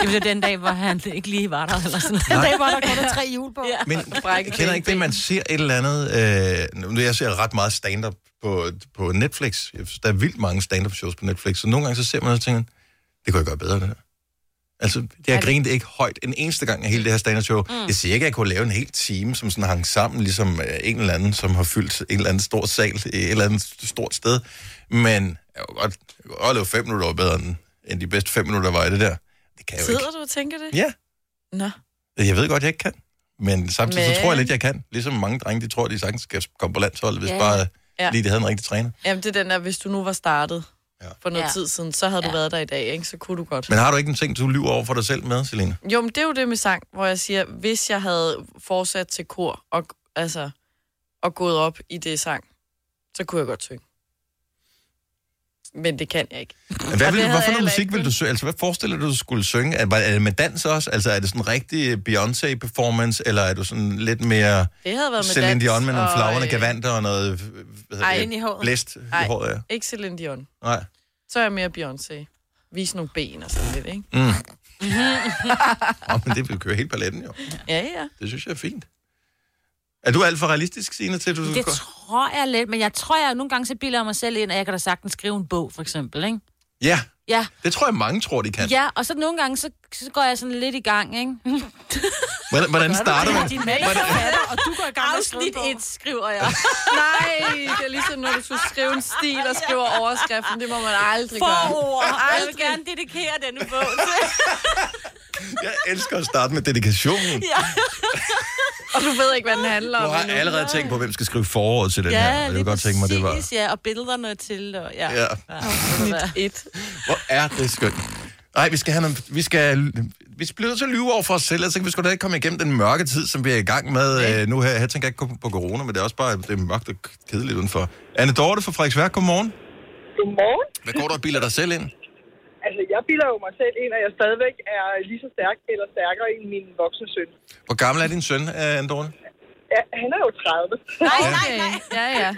[SPEAKER 4] Det blev den dag, hvor han ikke lige var der, eller sådan
[SPEAKER 2] Den dag, hvor der kun er tre hjul på. Ja.
[SPEAKER 1] Men jeg kender ikke det, man ser et eller andet... Øh, nu- jeg ser ret meget stand-up på, på Netflix. Jeg synes, Der er vildt mange stand-up shows på Netflix, så nogle gange så ser man og tænker, det kunne jeg gøre bedre, det her. Altså, jeg har grinet ikke højt en eneste gang af hele det her stand-up show. Mm. Jeg siger ikke, at jeg kunne lave en hel time, som sådan hang sammen, ligesom øh, en eller anden, som har fyldt en eller anden stor sal i et eller andet stort sted. Men jeg kunne godt, jeg kunne godt lave fem minutter bedre, end, end de bedste fem minutter, der var i det der. Det kan jeg jo ikke.
[SPEAKER 3] Sidder du og tænker det?
[SPEAKER 1] Ja.
[SPEAKER 3] Nå.
[SPEAKER 1] Jeg ved godt, jeg ikke kan. Men samtidig men... så
[SPEAKER 3] Men-
[SPEAKER 1] tror jeg lidt, jeg kan. Ligesom mange drenge, de tror, de sagtens skal komme på landsholdet, hvis
[SPEAKER 4] Ja.
[SPEAKER 1] bare ja.
[SPEAKER 3] Ja.
[SPEAKER 1] lige de havde en rigtig træner.
[SPEAKER 3] Jamen, det er den der, hvis du nu var startet
[SPEAKER 1] Ja.
[SPEAKER 3] ja. for noget
[SPEAKER 4] Ja.
[SPEAKER 3] ja. tid siden, så havde ja.
[SPEAKER 4] Ja.
[SPEAKER 3] du været der i dag, ikke? Så kunne du godt.
[SPEAKER 1] Men har du ikke en ting, du lyver over for dig selv med, Selina?
[SPEAKER 3] Jo, men det er jo det med sang, hvor jeg siger, hvis jeg havde fortsat til kor og, altså, og gået op i det sang, så kunne jeg godt synge. Men det kan jeg ikke.
[SPEAKER 1] Hvad
[SPEAKER 3] Og det
[SPEAKER 1] vil,
[SPEAKER 3] havde
[SPEAKER 1] hvorfor
[SPEAKER 3] jeg
[SPEAKER 1] noget
[SPEAKER 3] heller
[SPEAKER 1] musik
[SPEAKER 3] ikke
[SPEAKER 1] vil du synge? Altså, hvad forestiller du, du skulle synge? Er, er det med dans også? Altså, er det sådan en rigtig Beyoncé-performance, eller er du sådan lidt mere
[SPEAKER 3] Det havde været med
[SPEAKER 1] Celine
[SPEAKER 3] dans
[SPEAKER 1] Dion med nogle
[SPEAKER 3] og,
[SPEAKER 1] flagrende
[SPEAKER 3] øh,
[SPEAKER 1] gavanter og noget øh, hvad
[SPEAKER 3] Ej,
[SPEAKER 1] hedder
[SPEAKER 3] ind
[SPEAKER 1] det,
[SPEAKER 3] i håret.
[SPEAKER 1] blæst i
[SPEAKER 3] Ej.
[SPEAKER 1] håret? Ja.
[SPEAKER 3] Ikke Celine Dion.
[SPEAKER 1] Nej.
[SPEAKER 3] Så er jeg mere Beyoncé. Vise nogle ben og sådan lidt, ikke?
[SPEAKER 1] Nå, men det vil køre hele paletten, jo.
[SPEAKER 3] Ja, ja.
[SPEAKER 1] Det synes jeg er fint. Er du alt for realistisk, Signe, til at du
[SPEAKER 4] Det tror jeg lidt, men jeg tror, jeg nogle gange så bilder jeg mig selv ind, at jeg kan da sagtens skrive en bog, for eksempel, ikke?
[SPEAKER 1] Ja,
[SPEAKER 4] Ja,
[SPEAKER 1] det tror jeg mange tror, de kan.
[SPEAKER 4] ja og så nogle gange, så, så går jeg sådan lidt i gang, ikke?
[SPEAKER 1] Hvordan, hvordan starter man?
[SPEAKER 2] Din mand er forfatter, og du går i gang med at skrive en bog.
[SPEAKER 4] skriver jeg.
[SPEAKER 3] Nej, det er ligesom, når du skulle skrive en stil og skriver overskriften. Det må man aldrig gøre.
[SPEAKER 4] Forord. Jeg vil gerne dedikere denne bog til.
[SPEAKER 1] Jeg elsker at starte med dedikationen. Ja,
[SPEAKER 3] Og du ved ikke, hvad den handler
[SPEAKER 1] du
[SPEAKER 3] om.
[SPEAKER 1] har
[SPEAKER 3] endnu.
[SPEAKER 1] allerede tænkt på, hvem skal skrive foråret til den her. og jeg kunne godt tænke mig, det var...
[SPEAKER 4] præcis, ja, og billederne til, og ja.
[SPEAKER 1] Ja.
[SPEAKER 3] Et.
[SPEAKER 1] Hvor er det skønt. Nej, vi skal have nogle, vi skal, vi bliver nødt til at lyve over for os selv, ellers kan vi sgu da ikke komme igennem den mørke tid, som vi er i gang med øh, nu her. Her tænker jeg ikke kun på corona, men det er også bare, det er mørkt og kedeligt udenfor. Anne Dorte fra Frederiksværk, godmorgen.
[SPEAKER 6] Godmorgen.
[SPEAKER 1] Hvad går du og bilder dig selv ind?
[SPEAKER 6] Altså, jeg bilder jo mig selv ind, at jeg stadigvæk er lige så stærk eller stærkere end min voksne søn.
[SPEAKER 1] Hvor gammel er din søn, øh, Anne Dorte?
[SPEAKER 6] Ja, han er jo 30.
[SPEAKER 3] Nej, nej, nej. Ja, ja.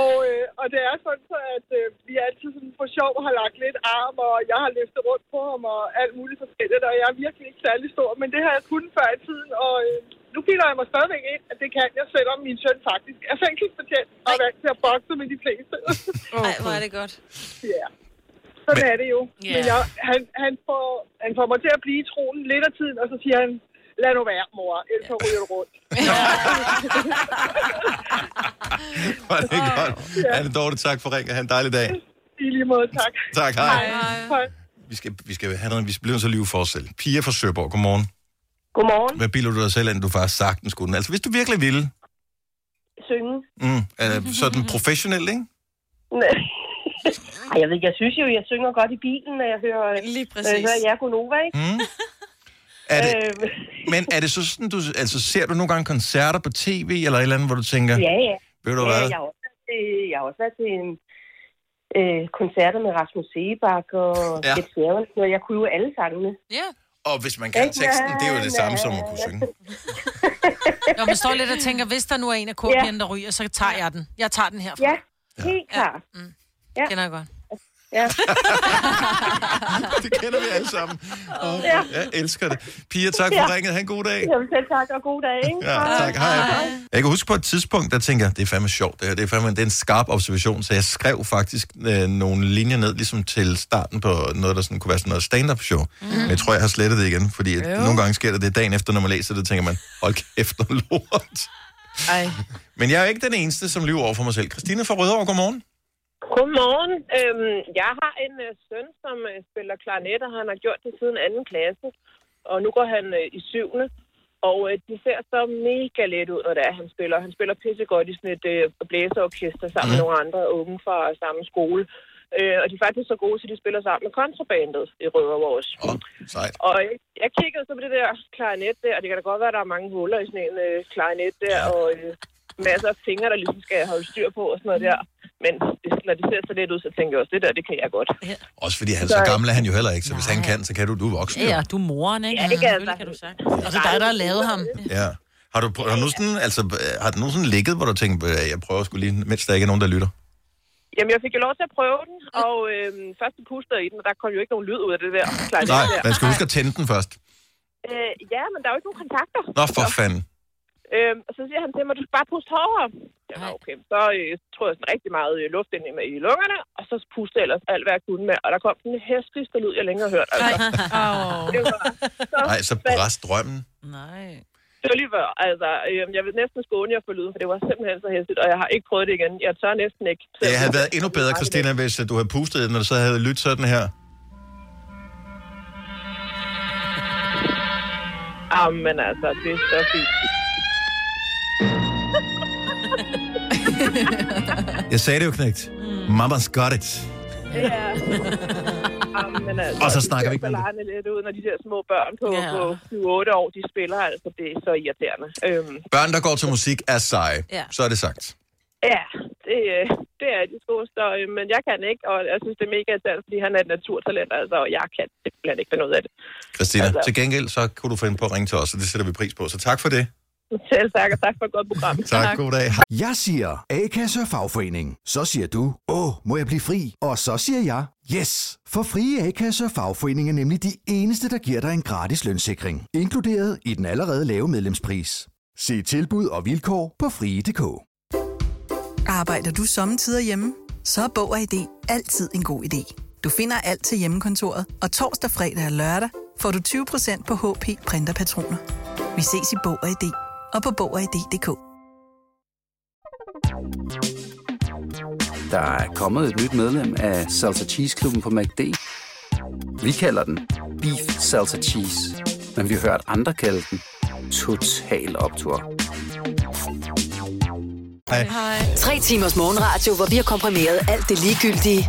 [SPEAKER 6] og, øh, og det er sådan, så at øh, vi altid sådan for sjov har lagt lidt arm, og jeg har løftet rundt på ham og alt muligt forskelligt, og jeg er virkelig ikke særlig stor, men det har jeg kun før i tiden, og øh, nu bilder jeg mig stadigvæk ind, at det kan jeg, selvom min søn faktisk er fængselsbetjent og er vant til at bokse med de fleste.
[SPEAKER 4] Nej, hvor er det godt.
[SPEAKER 6] Ja. Sådan
[SPEAKER 1] Men-
[SPEAKER 6] er det jo.
[SPEAKER 4] Ja.
[SPEAKER 6] Men jeg, han, han, får, han får mig til at blive i troen lidt af tiden, og så siger han, lad nu være, mor, ellers så ryger du rundt.
[SPEAKER 1] Var det godt? Anne Dorte, tak for ringen. Ha' en dejlig dag.
[SPEAKER 6] I lige måde, tak.
[SPEAKER 1] Tak, hej. hej.
[SPEAKER 6] Hej.
[SPEAKER 1] Vi skal, vi skal have noget, vi bliver nødt til at lyve for os selv. Pia fra Søborg, godmorgen.
[SPEAKER 6] Godmorgen.
[SPEAKER 1] Hvad bilder du dig selv ind, du faktisk sagtens kunne? Altså, hvis du virkelig ville,
[SPEAKER 11] synge.
[SPEAKER 1] Mm, øh, sådan professionelt, ikke?
[SPEAKER 11] Nej. Ej, jeg ved, jeg synes jo, jeg synger godt i bilen, når jeg hører,
[SPEAKER 3] Lige
[SPEAKER 11] Når jeg
[SPEAKER 1] præcis.
[SPEAKER 11] hører jer på Nova, ikke?
[SPEAKER 1] Mm. Er det,
[SPEAKER 11] Øhm,
[SPEAKER 1] men er det så sådan, du, altså ser du nogle gange koncerter på tv, eller et eller andet, hvor du tænker,
[SPEAKER 11] ja, ja.
[SPEAKER 1] ved du
[SPEAKER 11] ja,
[SPEAKER 1] hvad,
[SPEAKER 11] jeg har også været til, jeg har også været til en, øh, koncerter med Rasmus Sebak og
[SPEAKER 1] Ja.
[SPEAKER 11] ja. Ed Sheeran. Når jeg kunne jo alle sangene.
[SPEAKER 2] Ja.
[SPEAKER 1] og hvis man kan teksten, det er jo det samme som at kunne synge.
[SPEAKER 2] Når man står lidt og tænker, hvis der nu er en af korpigerne, der ryger, så tager jeg den. Jeg tager den herfra. Ja,
[SPEAKER 11] helt klart.
[SPEAKER 2] Ja. Mm. Ja. Kender jeg godt.
[SPEAKER 11] Ja.
[SPEAKER 1] det kender vi alle sammen. Oh,
[SPEAKER 11] Ja.
[SPEAKER 1] Jeg elsker det. Pia, tak for ringet. Ha' en god dag.
[SPEAKER 11] Jamen selv tak, og god dag, ikke?
[SPEAKER 1] Ja, tak. Hej. Jeg kan huske på et tidspunkt, der tænkte jeg, det er fandme sjovt. Det, her. det, er fandme, det er en skarp observation, så jeg skrev faktisk øh, nogle linjer ned, ligesom til starten på noget, der sådan kunne være sådan noget stand-up show. Mm. Men jeg tror, jeg har slettet det igen, fordi at
[SPEAKER 3] Jo.
[SPEAKER 1] nogle gange sker det det dagen efter, når man læser det, tænker man, hold kæft, noget lort.
[SPEAKER 3] Ej.
[SPEAKER 1] Men jeg er jo ikke den eneste, som lyver over for mig selv. Christina fra Rødovre, godmorgen.
[SPEAKER 12] Godmorgen. Øhm, jeg har en øh, søn, som øh, spiller klarnet, og han har gjort det siden anden klasse. Og nu går han øh, i syvende. Og øh, det ser så mega let ud, når det er, han spiller. Han spiller pissegodt i sådan et øh, blæseorkester sammen med nogle andre unge fra samme skole. Øh, og de er faktisk så gode, så de spiller sammen med kontrabandet i Rødovre også.
[SPEAKER 1] Oh, sejt.
[SPEAKER 12] Og jeg, jeg kiggede så på det der klarinet der, og det kan da godt være, at der er mange huller i sådan en øh, klarinet der, og øh, masser af fingre, der ligesom skal holde styr på og sådan noget der. Men det, når det ser så lidt ud, så tænker jeg også, det der, det kan jeg godt.
[SPEAKER 1] Også fordi han er så
[SPEAKER 12] Nej.
[SPEAKER 1] gammel er han jo heller ikke, så hvis han kan, så kan du, du er voksen. jo.
[SPEAKER 4] Ja, du er moren, ikke?
[SPEAKER 12] Ja, det kan jeg
[SPEAKER 4] Selvfølgelig kan du sagt. Og det er dig, der har lavet ham.
[SPEAKER 1] Ja. Har du, prø- har du nogensinde, altså, øh, har du nogensinde ligget, hvor du tænkte, øh, jeg prøver sgu lige, mens der ikke er nogen, der lytter?
[SPEAKER 12] Jamen, jeg fik jo lov til at prøve den, og øh, først puster i den, og der kom jo ikke nogen lyd ud af det der klarinet
[SPEAKER 1] Altså, Nej,
[SPEAKER 12] der.
[SPEAKER 1] man skal huske at tænde den først.
[SPEAKER 12] Øh, ja, men der er jo ikke nogen kontakter.
[SPEAKER 1] Nå, for fanden.
[SPEAKER 12] Øhm, og så siger han til mig, du skal bare puste hårdere. Jeg var okay. Så øh, tror jeg sådan rigtig meget øh, luft ind i, mig- i lungerne, og så puste jeg ellers alt, hvad jeg kunne med. Og der kom den hæsligste lyd, jeg længere har hørt. Altså. Det var så
[SPEAKER 1] Nej, så bræst drømmen.
[SPEAKER 12] sølver. Altså, øh, jeg vil næsten skåne jer for lyden, for det var simpelthen så hæsligt, og jeg har ikke prøvet det igen. Jeg tør næsten ikke.
[SPEAKER 1] Det havde været endnu bedre, Christina, hvis øh, du havde pustet i den, og så havde lyttet sådan her.
[SPEAKER 12] Jamen altså, det er så fint.
[SPEAKER 1] Jeg sagde det jo, knægt. Mama's got it.
[SPEAKER 12] Ja. Jamen, altså,
[SPEAKER 1] Og så
[SPEAKER 12] de
[SPEAKER 1] snakker vi
[SPEAKER 12] ser
[SPEAKER 1] ikke
[SPEAKER 12] så
[SPEAKER 1] mere om det.
[SPEAKER 12] larmende lidt ud, når de der små børn på, ja. på 7-8 år, de spiller, altså det er så irriterende. Øhm,
[SPEAKER 1] Børn, der går til musik, er seje.
[SPEAKER 12] Ja.
[SPEAKER 1] Så er det sagt.
[SPEAKER 12] Ja, det, øh, det er de sko, så, øh, men jeg kan ikke, og jeg synes, det er mega interessant, fordi han er et naturtalent, altså, og jeg kan simpelthen ikke finde ud af det.
[SPEAKER 1] Christina,
[SPEAKER 12] Altså.
[SPEAKER 1] til gengæld, så kunne du finde på at ringe til os, og det sætter vi pris på. Så tak for det.
[SPEAKER 12] Selv tak, og tak for et godt program.
[SPEAKER 1] Tak, god dag.
[SPEAKER 13] Jeg siger A-kasse og fagforening. Så siger du, åh, må jeg blive fri? Og så siger jeg, yes! For frie A-kasse og fagforening er nemlig de eneste, der giver dig en gratis lønssikring. Inkluderet i den allerede lave medlemspris. Se tilbud og vilkår på frie.dk.
[SPEAKER 14] Arbejder du sommetider hjemme? Så er Bog og ID altid en god idé. Du finder alt til hjemmekontoret, og torsdag, fredag og lørdag får du 20% på HP printerpatroner. Vi ses i Bog og ID og på Bog og ID.dk.
[SPEAKER 15] Der er kommet et nyt medlem af Salsa Cheese Klubben på MACD. Vi kalder den Beef Salsa Cheese, men vi har hørt andre kalde den Total Optor.
[SPEAKER 9] Tre timers morgenradio, hvor vi har komprimeret alt det ligegyldige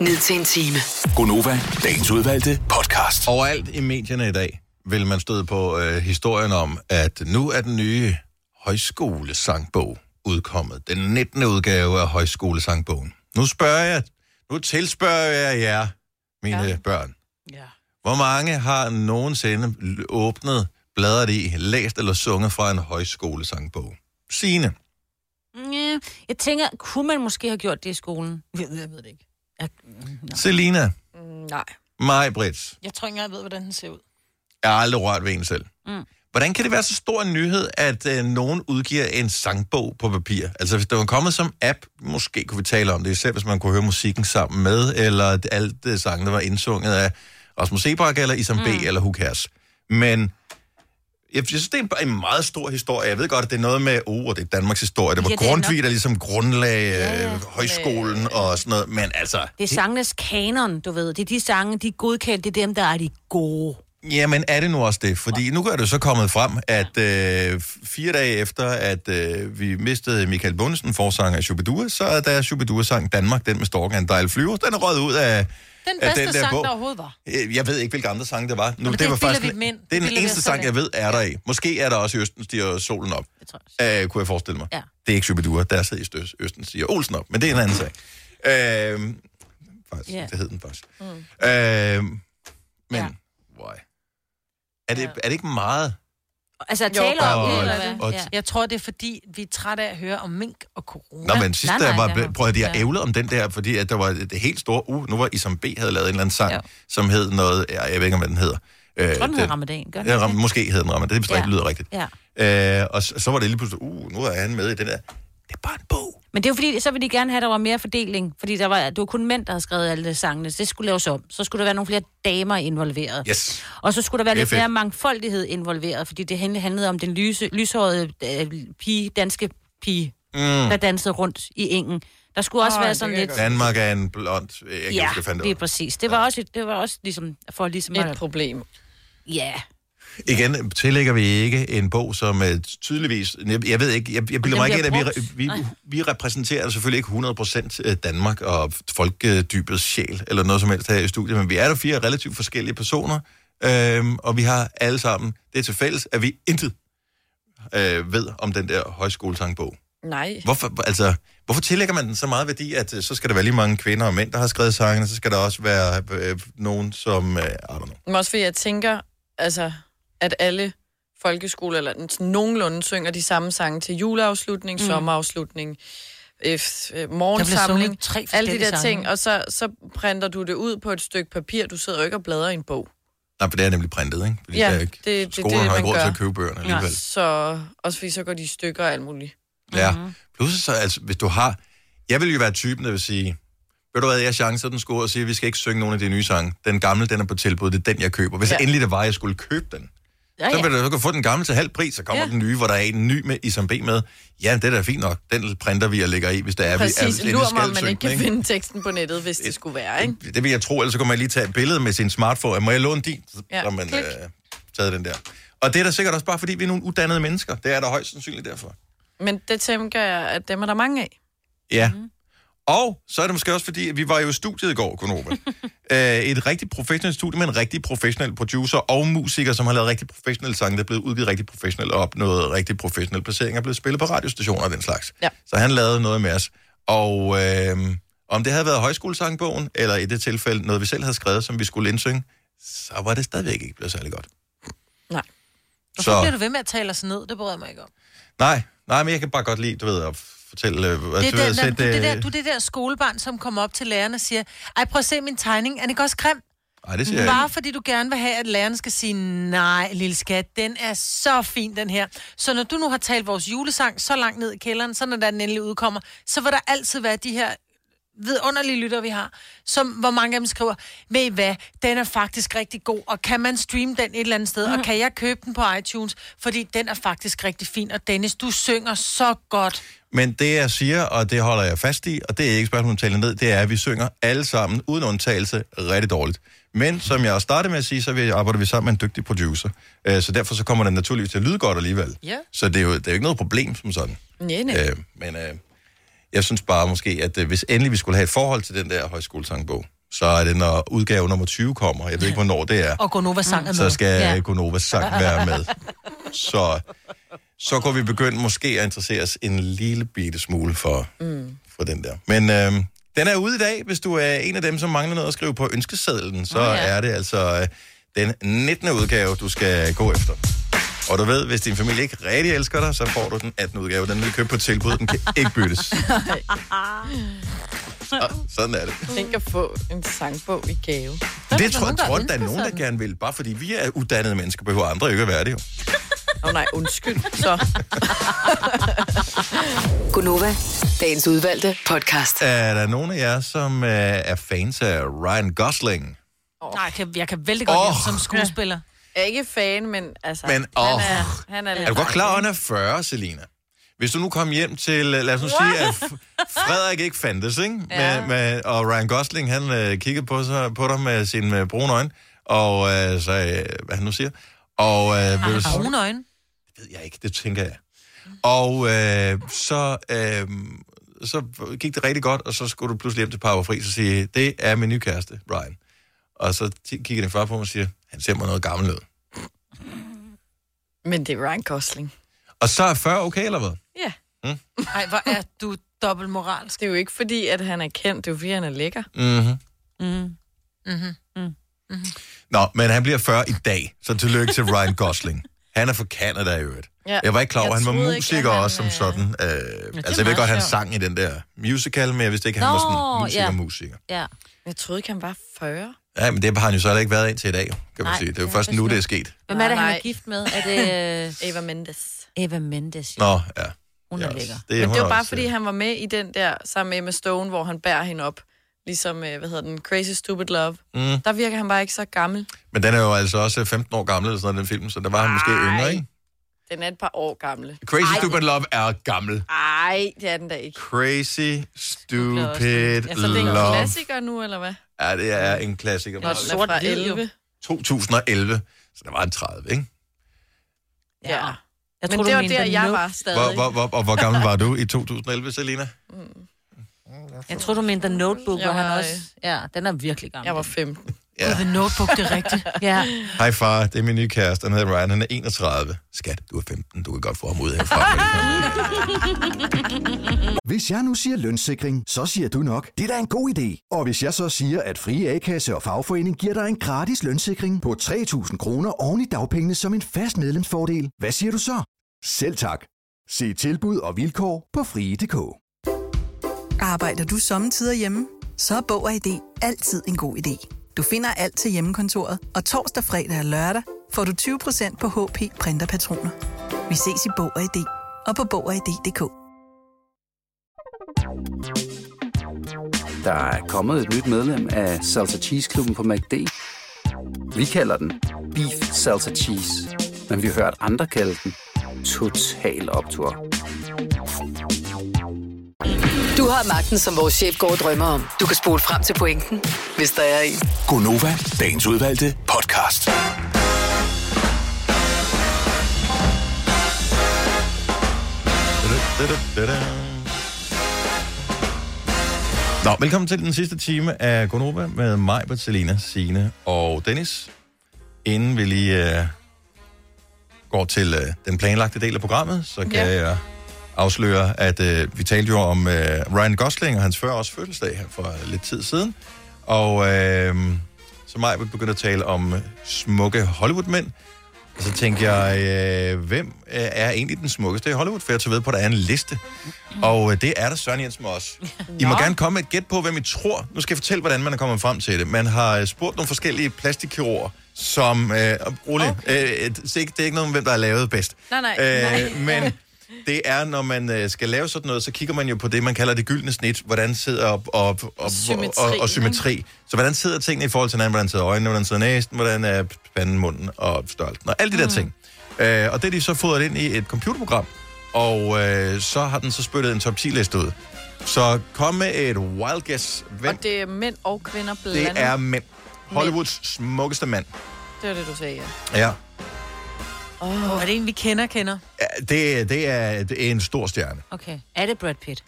[SPEAKER 9] ned til en time.
[SPEAKER 1] Gonova, dagens udvalgte podcast. Overalt i medierne i dag vil man støde på øh, historien om, at nu er den nye højskolesangbog udkommet. Den 19. udgave af højskolesangbogen. Nu spørger jeg, nu tilspørger jeg jer, mine ja. børn.
[SPEAKER 3] Ja.
[SPEAKER 1] Hvor mange har nogensinde l- åbnet, bladret i, læst eller sunget fra en højskolesangbog? Signe.
[SPEAKER 4] Ja, jeg tænker, kunne man måske have gjort det i skolen? Jeg ved, jeg ved det ikke. Mm,
[SPEAKER 1] Selina.
[SPEAKER 3] Mm, Nej.
[SPEAKER 1] Mig, Brits.
[SPEAKER 2] Jeg tror ikke engang, jeg ved, hvordan den ser ud.
[SPEAKER 1] Jeg har aldrig rørt ved en selv.
[SPEAKER 2] Mm.
[SPEAKER 1] Hvordan kan det være så stor en nyhed, at øh, nogen udgiver en sangbog på papir? Altså, hvis det var kommet som app, måske kunne vi tale om det, især hvis man kunne høre musikken sammen med, eller at alt det sang, der var indsunget af Rasmus Sebak, eller Isam mm. B, eller Who Cares. Men jeg synes, det er en- en meget stor historie. Jeg ved godt, at det er noget med, oh, og det er Danmarks historie. Det var
[SPEAKER 4] Ja,
[SPEAKER 1] ja,
[SPEAKER 4] det er
[SPEAKER 1] Grundtvig,
[SPEAKER 4] nok.
[SPEAKER 1] der ligesom grundlag ja, ja. højskolen og sådan noget, men altså...
[SPEAKER 4] Det er sangenes kanon, du ved. Det er de sange, de er godkendt. Det er dem, der er de gode.
[SPEAKER 1] Jamen, er det nu også det? Fordi nu er det jo så kommet frem, at øh, fire dage efter, at øh, vi mistede Michael Bundesen, forsanger af Shubidua, så er der Shubidua-sang Danmark, den med storken og en dejlig flyver, den er røget ud af
[SPEAKER 2] Den
[SPEAKER 1] af
[SPEAKER 2] bedste sang,
[SPEAKER 1] bog.
[SPEAKER 2] der overhovedet var.
[SPEAKER 1] Øh, Jeg ved ikke, hvilke andre sange det var. Nu,
[SPEAKER 2] men det
[SPEAKER 1] var
[SPEAKER 2] bilder vi
[SPEAKER 1] faktisk,
[SPEAKER 2] dem ind.
[SPEAKER 1] det er
[SPEAKER 2] Det
[SPEAKER 1] den
[SPEAKER 2] bilder vi
[SPEAKER 1] eneste
[SPEAKER 2] os
[SPEAKER 1] sang,
[SPEAKER 2] selv
[SPEAKER 1] jeg ved, er der i. Måske er der også i Østen stiger solen op. Det tror jeg. Øh, kunne jeg forestille mig.
[SPEAKER 2] Ja.
[SPEAKER 1] Det er ikke Shubidua, der sidder i Støs- Østen stiger Olsen op, men det er en anden sag. Øh, faktisk,
[SPEAKER 2] Ja.
[SPEAKER 1] yeah. det hed den faktisk.
[SPEAKER 2] Mm.
[SPEAKER 1] Øh, men, ja. why? Er det, er det ikke meget?
[SPEAKER 4] Altså, at
[SPEAKER 2] Jo,
[SPEAKER 4] tale
[SPEAKER 1] bare
[SPEAKER 4] om det,
[SPEAKER 1] at-
[SPEAKER 4] eller hvad?
[SPEAKER 1] at-
[SPEAKER 4] Ja.
[SPEAKER 2] Jeg tror, det er fordi, vi er trætte af at høre om mink og corona.
[SPEAKER 1] Nå, men sidst der var,
[SPEAKER 2] det er ham.
[SPEAKER 1] prøv at jeg
[SPEAKER 2] Ja.
[SPEAKER 1] ævlede om den der, fordi at der var et helt stort, uh, nu var Isam B. havde lavet en eller anden sang, som hed noget, jeg, jeg ved ikke, om hvad den hedder. Øh,
[SPEAKER 4] Jeg tror, den hedder Ramadan. Gør den
[SPEAKER 1] Ja,
[SPEAKER 4] ikke
[SPEAKER 1] ram, måske hed den Ramadan, det er bestemt ikke lyder rigtigt.
[SPEAKER 4] Ja.
[SPEAKER 1] Øh, og så, så var det lige pludselig, uh, nu er han med i den der.
[SPEAKER 4] Men det er jo fordi, så ville de gerne have, at der var mere fordeling. Fordi der var, det var kun mænd, der havde skrevet alle sangene. Så det skulle laves om. Så skulle der være nogle flere damer involveret.
[SPEAKER 1] Yes.
[SPEAKER 4] Og så skulle der være
[SPEAKER 1] Det er
[SPEAKER 4] lidt
[SPEAKER 1] fedt.
[SPEAKER 4] mere mangfoldighed involveret. Fordi det handlede- handlede om den lyse, lyshårede øh, pige, danske pige,
[SPEAKER 1] Mm.
[SPEAKER 4] mm. der dansede rundt i engen. Der skulle også
[SPEAKER 1] Åh,
[SPEAKER 4] være
[SPEAKER 1] det
[SPEAKER 4] sådan
[SPEAKER 1] kan jeg
[SPEAKER 4] lidt...
[SPEAKER 1] godt. Danmark er en blond, øh, jeg kan ja,
[SPEAKER 4] Ja,
[SPEAKER 1] huske, fandt
[SPEAKER 4] det er præcis. Det var, også, det var også ligesom for ligesom...
[SPEAKER 3] Et
[SPEAKER 4] problem. Ja.
[SPEAKER 1] Igen, tillægger vi ikke en bog, som uh, tydeligvis... Jeg, jeg ved ikke, jeg, jeg bilder
[SPEAKER 4] den
[SPEAKER 1] mig ikke ind,
[SPEAKER 4] bliver
[SPEAKER 1] at vi, re-
[SPEAKER 4] brugt.
[SPEAKER 1] vi,
[SPEAKER 4] Nej.
[SPEAKER 1] vi repræsenterer selvfølgelig ikke 100% øh, Danmark og folkedybets sjæl, eller noget som helst her i studiet, men vi er der fire relativt forskellige personer, øhm, og vi har alle sammen det til fælles, at vi intet øh, ved om den der højskolesangbog.
[SPEAKER 3] Nej.
[SPEAKER 1] Hvorfor, altså, hvorfor tillægger man den så meget værdi, at øh, så skal der være lige mange kvinder og mænd, der har skrevet sangene, så skal der også være øh, nogen, som... Øh, I don't know.
[SPEAKER 3] Men også fordi jeg tænker, altså, at alle folkeskoler eller den- sådan nogenlunde synger de samme sange til juleafslutning,
[SPEAKER 2] Mm.
[SPEAKER 3] mm. sommerafslutning, F, øh,
[SPEAKER 2] Der bliver
[SPEAKER 3] morgensamling,
[SPEAKER 2] sunget tre
[SPEAKER 3] alle de
[SPEAKER 2] forskellige
[SPEAKER 3] der
[SPEAKER 2] sange.
[SPEAKER 3] ting, og så, så printer du det ud på et stykke papir. Du sidder jo ikke og bladrer i en bog.
[SPEAKER 1] Nej, for det er nemlig printet, ikke? Fordi der er ikke, skolen har ikke råd til at købe bøgerne alligevel.
[SPEAKER 3] Ja, så, også fordi så går de i stykker og alt muligt.
[SPEAKER 1] Ja.
[SPEAKER 3] Mhm.
[SPEAKER 1] Pludselig så, altså, hvis du har... Jeg vil jo være typen, der vil sige, ved du hvad, jeg chancer den score og siger, vi skal ikke synge nogen af de nye sange. Den gamle, den er på tilbud, det er den, jeg køber. Hvis ja.
[SPEAKER 16] Ja.
[SPEAKER 1] endelig det var, jeg skulle købe den, ja, ja. så vil du så kan få den gamle til halv pris, så kommer ja. den nye, hvor der er en ny med Isam B med. Ja, det er da fint nok. Den printer vi og lægger i, hvis der er, vi
[SPEAKER 3] Præcis,
[SPEAKER 1] er,
[SPEAKER 3] lur mig, om man ikke kan finde teksten på nettet, hvis det skulle være, ikke?
[SPEAKER 1] Det vil jeg tro, ellers så kunne man lige tage et billede med sin smartphone. Må jeg låne din? Så
[SPEAKER 3] Ja,
[SPEAKER 1] har man
[SPEAKER 3] klik.
[SPEAKER 1] øh, taget den der. Og det er da sikkert også bare, fordi vi er nogle uddannede mennesker. Det er der højst sandsynligt derfor.
[SPEAKER 3] Men det tænker jeg, at dem er der mange af.
[SPEAKER 1] Ja.
[SPEAKER 2] Mhm.
[SPEAKER 1] Mm. Og så er det måske også fordi, at vi var jo i studiet i går, Konoba. Et rigtig professionelt studie med en rigtig professionel producer og musiker, som har lavet rigtig professionelle sange, der er blevet udgivet rigtig professionelt og opnået rigtig professionelle placeringer, er blevet spillet på radiostationer og den slags.
[SPEAKER 3] Ja.
[SPEAKER 1] Så han lavede noget med os. Og øh, om det havde været højskolesangbogen, eller i det tilfælde noget, vi selv havde skrevet, som vi skulle indsynge, så var det stadigvæk ikke blevet særlig godt.
[SPEAKER 3] Nej.
[SPEAKER 2] Hvorfor bliver du ved med at tale os ned? Det bryder jeg mig ikke om.
[SPEAKER 1] Altså, Nej, nej, men jeg kan bare godt lide, du ved, at fortælle... øh, du
[SPEAKER 2] Det er
[SPEAKER 1] ved, at
[SPEAKER 2] der, når,
[SPEAKER 1] sætte,
[SPEAKER 2] du, det der,
[SPEAKER 1] øh,
[SPEAKER 2] du er det der skolebarn, som kommer op til læreren og siger, ej, prøv at se min tegning, er den ikke også grim?
[SPEAKER 1] Ej, det siger jeg
[SPEAKER 2] Bare
[SPEAKER 1] ikke.
[SPEAKER 2] fordi du gerne vil have, at læreren skal sige, nej, lille skat, den er så fin, den her. Så når du nu har talt vores julesang så langt ned i kælderen, så når den endelig udkommer, så vil der altid være de her vidunderlige lytter, vi har, som, hvor mange af dem skriver, ved I hvad, den er faktisk rigtig god, og kan man streame den et eller andet sted,
[SPEAKER 1] Mhm.
[SPEAKER 2] og kan jeg købe den på iTunes, fordi den er faktisk rigtig fin, og Dennis, du synger så godt.
[SPEAKER 1] Men det, jeg siger, og det holder jeg fast i, og det er ikke et spørgsmål om at tale ned, det er, at vi synger alle sammen, uden undtagelse, rigtig dårligt. Men som jeg også startede med at sige, så vi- arbejder vi sammen med en dygtig producer. Øh, Så derfor så kommer den naturligvis til at lyde godt alligevel.
[SPEAKER 3] Ja.
[SPEAKER 1] Så det er jo, det er jo ikke noget problem som sådan.
[SPEAKER 3] Nej, nej.
[SPEAKER 1] Øh, Men øh, jeg synes bare måske, at øh, hvis endelig vi skulle have et forhold til den der højskolesangbog, så er det, når udgave nummer 20 kommer. Jeg ved ikke, hvornår det er.
[SPEAKER 2] Og Gonova sang er
[SPEAKER 1] Så
[SPEAKER 2] med.
[SPEAKER 1] skal
[SPEAKER 2] Ja.
[SPEAKER 1] ja. Gonovas sang være med. Så, så kunne vi begynde måske at interessere os en lille bitte smule for,
[SPEAKER 3] Mm.
[SPEAKER 1] for den der. Men øh, den er ude i dag. Hvis du er en af dem, som mangler noget at skrive på ønskesedlen, så ja. er det altså øh, den 19. udgave, du skal gå efter. Og du ved, hvis din familie ikke rigtig elsker dig, så får du den 18. udgave. Den vil købe på tilbud, den kan ikke byttes. Sådan er det.
[SPEAKER 3] Tænk at få en sangbog i gave.
[SPEAKER 1] Det tror jeg, tror, der er nogen, der gerne vil. Bare fordi vi er uddannede mennesker, behøver andre ikke at være det jo.
[SPEAKER 3] Åh oh, nej, undskyld. Så.
[SPEAKER 9] Gunova, dagens udvalgte podcast.
[SPEAKER 1] Er der nogen af jer, som øh, er fans af Ryan Gosling?
[SPEAKER 2] Oh. Nej, jeg kan, jeg kan vældig godt oh. lide ham som skuespiller.
[SPEAKER 3] Jeg er ikke fan, men altså...
[SPEAKER 1] Men, åh.
[SPEAKER 3] han er, han er,
[SPEAKER 1] Er du godt klar, over, at han er 40, Selina? Hvis du nu kom hjem til, øh, lad os nu
[SPEAKER 3] What?
[SPEAKER 1] sige, at F- Frederik ikke fandtes, ikke?
[SPEAKER 3] Ja.
[SPEAKER 1] Med, med, og Ryan Gosling, han øh, kiggede på, sig, på dig med sine øh, brune øjne, og øh, så, øh, hvad han nu siger. Og, øh,
[SPEAKER 2] Har han brune øjne?
[SPEAKER 1] Det ved jeg ikke, det tænker jeg. Og øh, så, øh, så gik det rigtig godt, og så skulle du pludselig hjem til Papa Fri, så siger jeg, det er min nye kæreste, Ryan. Og så t- kigger din far på mig og siger, han ser mig noget gammel ud.
[SPEAKER 3] Men det er Ryan Gosling.
[SPEAKER 1] Og så er 40 okay, eller hvad?
[SPEAKER 3] Ja.
[SPEAKER 2] Nej, hvor er du dobbelt moralsk.
[SPEAKER 3] Det er jo ikke fordi, at han er kendt, det er jo fordi, han er lækker.
[SPEAKER 1] Mm-hmm.
[SPEAKER 3] Mm.
[SPEAKER 2] Mm-hmm. Mm.
[SPEAKER 1] Nå, men han bliver 40 i dag, så tillykke til Ryan Gosling. Han er fra Canada i øvrigt.
[SPEAKER 2] Ja.
[SPEAKER 1] Ja. Jeg var ikke klar over,
[SPEAKER 2] Jeg
[SPEAKER 1] han var
[SPEAKER 2] troede ikke,
[SPEAKER 1] musiker
[SPEAKER 2] at han,
[SPEAKER 1] også som sådan. Øh, altså, jeg ved
[SPEAKER 3] meget
[SPEAKER 1] godt, han
[SPEAKER 3] sjovt.
[SPEAKER 1] sang i den der musical, men jeg vidste ikke, han var sådan musiker-musiker.
[SPEAKER 4] Ja.
[SPEAKER 3] Jeg troede ikke, han var 40.
[SPEAKER 1] Ja. men det har han jo så heller ikke været indtil i dag, jo, kan man
[SPEAKER 3] Nej,
[SPEAKER 1] sige. Det er jo
[SPEAKER 3] det er
[SPEAKER 1] først nu,
[SPEAKER 3] forstået.
[SPEAKER 1] det er sket.
[SPEAKER 4] Hvem er
[SPEAKER 3] Nej,
[SPEAKER 4] det, han er
[SPEAKER 3] nej.
[SPEAKER 4] gift med? Er det...
[SPEAKER 3] Eva Mendes.
[SPEAKER 4] Eva Mendes, ja.
[SPEAKER 1] Nå, ja.
[SPEAKER 4] Hun er lækker.
[SPEAKER 1] Det,
[SPEAKER 3] Det, Men
[SPEAKER 1] hun
[SPEAKER 3] det
[SPEAKER 1] er
[SPEAKER 3] var bare,
[SPEAKER 1] også,
[SPEAKER 3] fordi han var med i den der sammen med Emma Stone, hvor han bærer hende op. Ligesom, øh, hvad hedder den, Crazy Stupid Love.
[SPEAKER 1] Mm.
[SPEAKER 3] Der virker han bare ikke så gammel.
[SPEAKER 1] Men den er jo altså også 15 år gammel, eller sådan noget, den film, så der var han måske yngre, ikke?
[SPEAKER 3] Den er et par år gammel.
[SPEAKER 1] Crazy Stupid Love er gammel.
[SPEAKER 3] Nej, det er den da ikke.
[SPEAKER 1] Crazy Stupid
[SPEAKER 3] Ja, så det er en
[SPEAKER 1] Love.
[SPEAKER 3] klassiker nu, eller hvad?
[SPEAKER 1] Ja, det er en klassiker.
[SPEAKER 3] Nå, den er fra 11.
[SPEAKER 1] 2011, så der var en 30, ikke?
[SPEAKER 3] Ja.
[SPEAKER 4] Jeg
[SPEAKER 3] Men
[SPEAKER 4] tror,
[SPEAKER 3] det
[SPEAKER 4] du
[SPEAKER 3] var
[SPEAKER 4] mente
[SPEAKER 3] der,
[SPEAKER 4] den
[SPEAKER 3] jeg
[SPEAKER 4] look.
[SPEAKER 3] var stadig.
[SPEAKER 1] Hvor, hvor, hvor, og hvor gammel var du i 2011, Selina?
[SPEAKER 4] Jeg tror, du mente The Notebook,
[SPEAKER 3] Jeg
[SPEAKER 4] hvor han
[SPEAKER 3] var, øh,
[SPEAKER 4] også... Ja, den er virkelig gammel.
[SPEAKER 3] Jeg var 15.
[SPEAKER 1] Ja.
[SPEAKER 2] The Notebook, det er rigtigt.
[SPEAKER 4] ja.
[SPEAKER 1] Hej far, det er min nye kæreste, han hedder Ryan, han er 31. Skat, du er 15, du kan godt få ham ud herfra.
[SPEAKER 13] Hvis jeg nu siger lønssikring, så siger du nok, det er da en god idé. Og hvis jeg så siger, at frie A-kasse og fagforening giver dig en gratis lønssikring på 3.000 kroner oven i dagpengene som en fast medlemsfordel, hvad siger du så? Selv tak. Se tilbud og vilkår på frie.dk.
[SPEAKER 14] Arbejder du sommetider hjemme? Så er Bog og ID altid en god idé. Du finder alt til hjemmekontoret, og torsdag, fredag og lørdag får du 20% på HP Printerpatroner. Vi ses i Bog og ID og på Bog og ID.dk.
[SPEAKER 15] Der er kommet et nyt medlem af Salsa Cheese Klubben på MACD. Vi kalder den Beef Salsa Cheese, men vi har hørt andre kalde den Total Optor.
[SPEAKER 9] Du har magten, som vores chef går og drømmer om. Du kan spole frem til pointen, hvis der er en.
[SPEAKER 5] Gonova, dagens udvalgte podcast.
[SPEAKER 1] Nå, velkommen til den sidste time af Gonova med mig, Selina, Sine og Dennis. Inden vi lige øh, går til øh, den planlagte del af programmet, så kan ja. jeg afsløre, at øh, vi talte jo om øh, Ryan Gosling og hans 40 års fødselsdag her for lidt tid siden. Og øh, så mig begyndte at tale om øh, smukke Hollywood-mænd. Og så tænkte jeg, øh, hvem øh, er egentlig den smukkeste i Hollywood? For jeg tager ved på, at der er en liste. Og øh, det er der Søren Jensen også. I må gerne komme med et gæt på, hvem I tror. Nu skal jeg fortælle, hvordan man er kommet frem til det. Man har øh, spurgt nogle forskellige plastikkirurger, som... Øh, rolig, okay. øh, det, er ikke- det er ikke noget om, hvem der er lavet bedst. Øh,
[SPEAKER 3] Nej, nej, nej.
[SPEAKER 1] Men det er, når man øh, skal lave sådan noget, så kigger man jo på det, man kalder det gyldne snit. Hvordan sidder op, op, op, op
[SPEAKER 3] Symmetri,
[SPEAKER 1] og, og
[SPEAKER 3] ikke?
[SPEAKER 1] symmetri. Så hvordan sidder tingene i forhold til hinanden? Hvordan sidder øjnene? Hvordan sidder næsen? Hvordan er panden, munden og størrelsen? Og alle de der mm. ting. Øh, og det er de så fodret ind i et computerprogram. Og øh, så har den så spyttet en top 10-liste ud. Så kom med et wild guess. Hvem
[SPEAKER 3] Og det er mænd og kvinder
[SPEAKER 1] det
[SPEAKER 3] blandet.
[SPEAKER 1] er mænd? Hollywoods smukkeste mand.
[SPEAKER 3] Det var det, du sagde, ja.
[SPEAKER 1] Ja.
[SPEAKER 2] Åh, oh, er det en, vi kender, kender?
[SPEAKER 1] Ja, Det, det, er, det er en stor stjerne.
[SPEAKER 4] Okay. Er det Brad Pitt?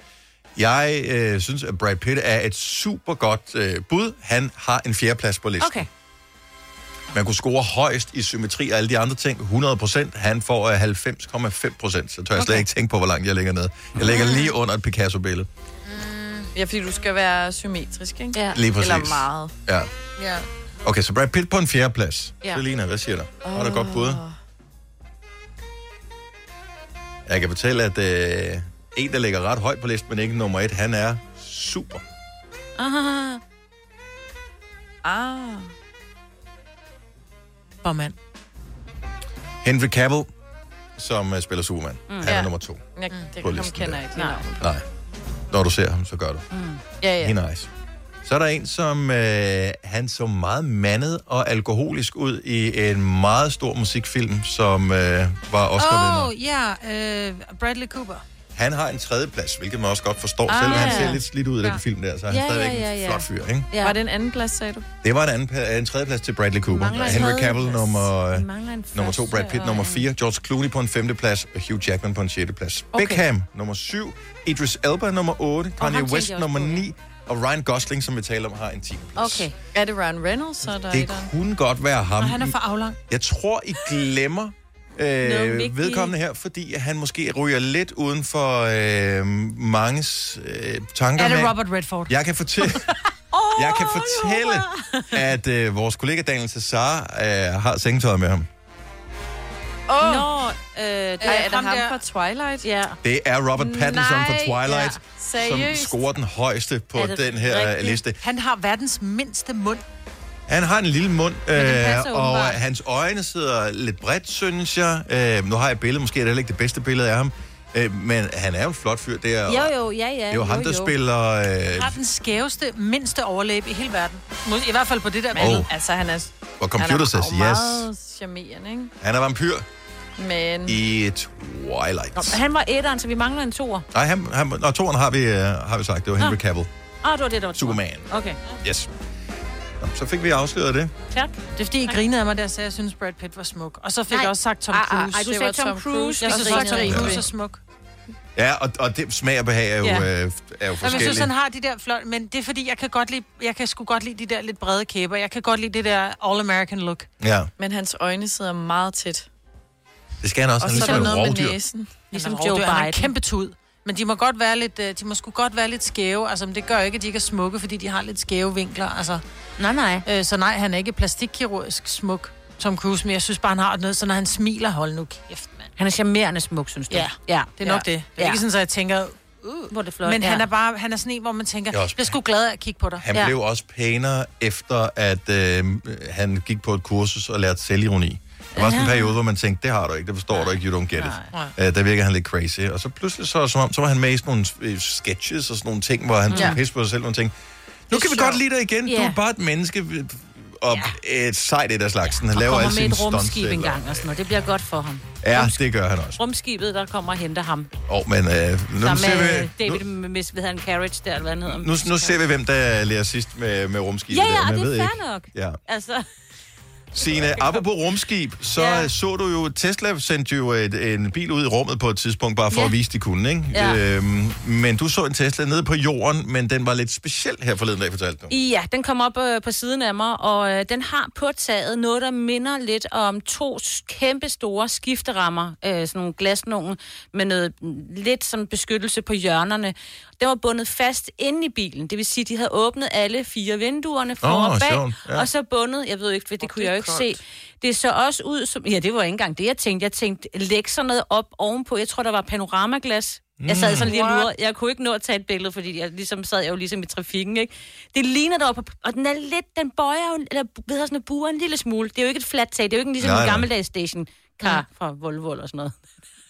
[SPEAKER 1] Jeg øh, synes, at Brad Pitt er et super godt øh, bud. Han har en fjerdeplads på listen.
[SPEAKER 4] Okay.
[SPEAKER 1] Man kunne score højst i symmetri og alle de andre ting. 100 procent. Han får øh, 90,5 procent. Så tør jeg slet ikke tænke på, hvor langt jeg ligger ned. Jeg ligger lige under et Picasso-billede.
[SPEAKER 3] Ja, fordi du skal være symmetrisk, ikke? Ja.
[SPEAKER 1] Lige præcis.
[SPEAKER 3] Eller meget.
[SPEAKER 1] Ja.
[SPEAKER 3] Ja.
[SPEAKER 1] Okay, så Brad Pitt på en fjerdeplads.
[SPEAKER 3] Ja.
[SPEAKER 1] Ja. Selina, hvad siger du? Har du et godt bud? Jeg kan fortælle, at øh, en, der ligger ret højt på listen, men ikke nummer et, han er super.
[SPEAKER 3] Ah. Ah.
[SPEAKER 2] Bormand.
[SPEAKER 1] Henry Cavill, som øh, spiller Superman.
[SPEAKER 3] Mm.
[SPEAKER 1] Mm. Han er
[SPEAKER 3] Ja.
[SPEAKER 1] nummer to.
[SPEAKER 3] Jeg, det
[SPEAKER 1] På
[SPEAKER 3] kan,
[SPEAKER 1] listen
[SPEAKER 3] kender
[SPEAKER 1] der.
[SPEAKER 3] jeg ikke lige navnet.
[SPEAKER 1] Nej. Når du ser ham, så gør du.
[SPEAKER 3] Mm. Ja, ja.
[SPEAKER 1] He nice. Så er der en, som øh, han så meget mandet og alkoholisk ud i en meget stor musikfilm, som øh, var Oscar-vinder.
[SPEAKER 2] Åh, oh, ja, øh, Bradley Cooper.
[SPEAKER 1] Han har en tredjeplads, hvilket man også godt forstår,
[SPEAKER 3] Ah,
[SPEAKER 1] ah, selvom han
[SPEAKER 3] ja.
[SPEAKER 1] ser lidt slidt ud i ja.
[SPEAKER 3] Ja.
[SPEAKER 1] den film der, så er han ja, stadigvæk ja, ja, ja. en flot fyr, ikke?
[SPEAKER 3] Ja. Var det en anden plads, sagde du?
[SPEAKER 1] Det var en, anden, pla- en tredjeplads til Bradley Cooper.
[SPEAKER 3] Mangler en
[SPEAKER 1] Henry
[SPEAKER 3] tredjeplads.
[SPEAKER 1] Cavill nummer, øh,
[SPEAKER 3] Vi mangler en
[SPEAKER 1] nummer to,
[SPEAKER 3] første
[SPEAKER 1] Brad Pitt
[SPEAKER 3] og
[SPEAKER 1] nummer
[SPEAKER 3] en-
[SPEAKER 1] fire, George Clooney på en femteplads, og Hugh Jackman på en sjetteplads.
[SPEAKER 3] Okay.
[SPEAKER 1] Okay. Beckham nummer syv, Idris Elba nummer otte, Kanye
[SPEAKER 3] ham tænkte
[SPEAKER 1] West
[SPEAKER 3] jeg også
[SPEAKER 1] nummer
[SPEAKER 3] på, ja.
[SPEAKER 1] ni, og Ryan Gosling, som vi taler om, har en 10.
[SPEAKER 3] Okay. Er det Ryan Reynolds, så er der
[SPEAKER 1] Det kunne godt være ham.
[SPEAKER 2] Og han er for aflang.
[SPEAKER 1] Jeg tror, I glemmer
[SPEAKER 2] Noget vigtigt.
[SPEAKER 1] øh, vedkommende her, fordi han måske ryger lidt uden for øh, manges øh, tanker.
[SPEAKER 2] Er det
[SPEAKER 1] med-
[SPEAKER 2] Robert Redford?
[SPEAKER 1] Jeg kan fortælle... Jeg kan fortælle, at øh, vores kollega Daniel Cesar øh, har sengetøjet med ham.
[SPEAKER 3] Åh, oh. Nå, øh, det er, er det
[SPEAKER 2] ham
[SPEAKER 3] ham
[SPEAKER 2] der-
[SPEAKER 3] fra Twilight? Ja.
[SPEAKER 1] Det er Robert Pattinson
[SPEAKER 3] Nej,
[SPEAKER 1] fra Twilight,
[SPEAKER 3] ja.
[SPEAKER 1] som
[SPEAKER 3] Seriøst?
[SPEAKER 1] scorer den højeste på
[SPEAKER 2] Er det
[SPEAKER 1] den her
[SPEAKER 2] rigtigt?
[SPEAKER 1] rigtigt? liste.
[SPEAKER 2] Han har verdens mindste mund.
[SPEAKER 1] Han har en lille mund, øh,
[SPEAKER 2] passer
[SPEAKER 1] og
[SPEAKER 2] åbenbart.
[SPEAKER 1] hans øjne sidder lidt bredt, synes jeg. Øh, nu har jeg et billede, måske er det heller ikke det bedste billede af ham. Øh, men han er jo en flot fyr. Det er,
[SPEAKER 2] Jo, jo, ja, ja,
[SPEAKER 1] det er jo, jo ham,
[SPEAKER 2] jo,
[SPEAKER 1] der
[SPEAKER 2] jo.
[SPEAKER 1] spiller... Øh,
[SPEAKER 2] har den skæveste, mindste overlæb i hele verden. Mod- I hvert fald på det der
[SPEAKER 1] Åh.
[SPEAKER 2] billede.
[SPEAKER 3] Altså, han er...
[SPEAKER 1] Hvor computer says
[SPEAKER 3] Han er
[SPEAKER 1] yes.
[SPEAKER 3] meget charmerende, ikke?
[SPEAKER 1] han er vampyr
[SPEAKER 3] Men...
[SPEAKER 1] i Twilight.
[SPEAKER 4] Nå, han var etteren, så vi mangler en toer.
[SPEAKER 1] Nej, han, han, nå, toren har vi, øh, har vi sagt. Det var Henry
[SPEAKER 4] Nå.
[SPEAKER 1] Cavill.
[SPEAKER 4] Ah, det var det, der var toeren.
[SPEAKER 1] Superman.
[SPEAKER 4] Okay.
[SPEAKER 1] Yes. Nå, så fik vi afsløret det.
[SPEAKER 4] Tak.
[SPEAKER 2] Det er fordi, I grinede af mig, der sagde, at jeg synes, Brad Pitt var smuk. Og så fik
[SPEAKER 4] Nej.
[SPEAKER 2] jeg også sagt Tom
[SPEAKER 4] Ah, ah,
[SPEAKER 2] Cruise.
[SPEAKER 4] ah, du
[SPEAKER 2] Det
[SPEAKER 4] sagde
[SPEAKER 2] var
[SPEAKER 4] Tom Cruise,
[SPEAKER 2] Jeg
[SPEAKER 4] og
[SPEAKER 2] synes
[SPEAKER 4] så
[SPEAKER 2] også, Tom
[SPEAKER 1] grinede
[SPEAKER 2] Cruise
[SPEAKER 1] jeg.
[SPEAKER 2] er smug.
[SPEAKER 1] Ja, og, og det smag og behag er jo,
[SPEAKER 2] Ja.
[SPEAKER 1] ja. øh, er jo
[SPEAKER 2] Jeg
[SPEAKER 1] forskelligt.
[SPEAKER 2] synes, han har de der flotte, men det er fordi, jeg kan, godt lide, jeg kan sgu godt lide de der lidt brede kæber. Jeg kan godt lide det der all-American look.
[SPEAKER 1] Ja,
[SPEAKER 3] Men hans øjne sidder meget tæt.
[SPEAKER 1] det skal han også.
[SPEAKER 3] Og
[SPEAKER 1] han
[SPEAKER 3] så
[SPEAKER 1] er
[SPEAKER 3] er der
[SPEAKER 1] ligesom et
[SPEAKER 3] noget med
[SPEAKER 1] rovdyr.
[SPEAKER 3] næsen.
[SPEAKER 2] Ligesom Joe Biden. Han er en kæmpe tud. Men de må, godt være lidt, øh, de må sgu godt være lidt skæve. Altså, men det gør jo ikke, at de ikke er smukke, fordi de har lidt skæve vinkler. Altså.
[SPEAKER 4] Nej, nej.
[SPEAKER 2] Øh, så nej, han er ikke plastikkirurgisk smuk, Tom Cruise. Men jeg synes bare, han har noget, så når han smiler, hold nu kæft, mand.
[SPEAKER 4] Han er charmerende smuk, synes du?
[SPEAKER 2] Ja,
[SPEAKER 4] ja.
[SPEAKER 2] det er nok det. Det er ikke sådan, at jeg tænker... Uh,
[SPEAKER 4] hvor er det flot.
[SPEAKER 2] Men
[SPEAKER 4] ja.
[SPEAKER 2] han er bare han er sådan en, hvor man tænker,
[SPEAKER 1] Jeg er
[SPEAKER 2] jeg
[SPEAKER 1] også-
[SPEAKER 2] bliver sgu glad af at kigge på dig.
[SPEAKER 1] Han ja. blev også pænere, efter at øh, han gik på et kursus og lærte selvironi. Der var sådan en
[SPEAKER 2] Ja.
[SPEAKER 1] periode, hvor man tænkte, det har du ikke, det forstår du ikke, you don't get it. Øh, der virker han lidt crazy. Og så pludselig så, som om, så var han med i sådan nogle øh, sketches og sådan nogle ting, hvor han tog
[SPEAKER 2] Ja.
[SPEAKER 1] ja. pis på sig selv og tænkte, nu kan vi godt lide dig igen, du
[SPEAKER 4] Ja.
[SPEAKER 1] er bare et menneske vi- og et sejt et af slagsen. Han laver
[SPEAKER 4] og
[SPEAKER 1] alle
[SPEAKER 4] kommer med
[SPEAKER 1] sine
[SPEAKER 4] et
[SPEAKER 1] stunts.
[SPEAKER 4] rumskib
[SPEAKER 1] selv, og-
[SPEAKER 4] engang og sådan noget. Det bliver godt for ham.
[SPEAKER 1] Ja, det gør han også.
[SPEAKER 4] Rumskibet, der kommer og henter ham.
[SPEAKER 1] Og, men øh, nu,
[SPEAKER 4] der
[SPEAKER 1] ser
[SPEAKER 4] med øh,
[SPEAKER 1] vi, nu,
[SPEAKER 4] David, nu, hvad hedder han, Carriage der, eller hvad han hedder.
[SPEAKER 1] nu, nu ser vi, hvem der lærer sidst med, med rumskibet.
[SPEAKER 4] Ja,
[SPEAKER 1] der,
[SPEAKER 4] ja,
[SPEAKER 1] men jeg
[SPEAKER 4] og det
[SPEAKER 1] ved
[SPEAKER 4] er
[SPEAKER 1] ikke.
[SPEAKER 4] fair nok.
[SPEAKER 1] Ja.
[SPEAKER 4] Altså,
[SPEAKER 1] Signe, apropos rumskib, så
[SPEAKER 4] Ja.
[SPEAKER 1] ja. så du jo, Tesla sendte jo et, en bil ud i rummet på et tidspunkt, bare for ja. at vise, de kunne, ikke?
[SPEAKER 4] Ja.
[SPEAKER 1] Øhm, men du så en Tesla nede på jorden, men den var lidt speciel her forleden dag, fortalte du.
[SPEAKER 4] ja, den kom op øh, på siden af mig, og øh, den har på taget noget, der minder lidt om to s- kæmpe store skifterammer, øh, sådan nogle glasnogen, med noget mm, lidt som beskyttelse på hjørnerne. Den var bundet fast inde i bilen, det vil sige, de havde åbnet alle fire vinduerne for
[SPEAKER 16] Åh,
[SPEAKER 4] og bag,
[SPEAKER 16] sjovt, ja.
[SPEAKER 4] ja. og så bundet, jeg ved ikke, det, det kunne det jeg jo ikke se. Det så også ud som, ja, det var ikke engang det, jeg tænkte. Jeg tænkte, læg sådan noget op ovenpå. Jeg tror, der var panoramaglas. Jeg sad sådan lige og lurede. Jeg kunne ikke nå at tage et billede, fordi jeg ligesom sad jeg jo ligesom i trafikken, ikke? Det ligner deroppe, og den er lidt, den bøjer jo, eller ved jeg, sådan en buer en lille smule. Det er jo ikke et flat tag, det er jo ikke ligesom
[SPEAKER 1] Nej,
[SPEAKER 4] en
[SPEAKER 1] nej.
[SPEAKER 4] gammeldags station car fra Volvo eller sådan noget.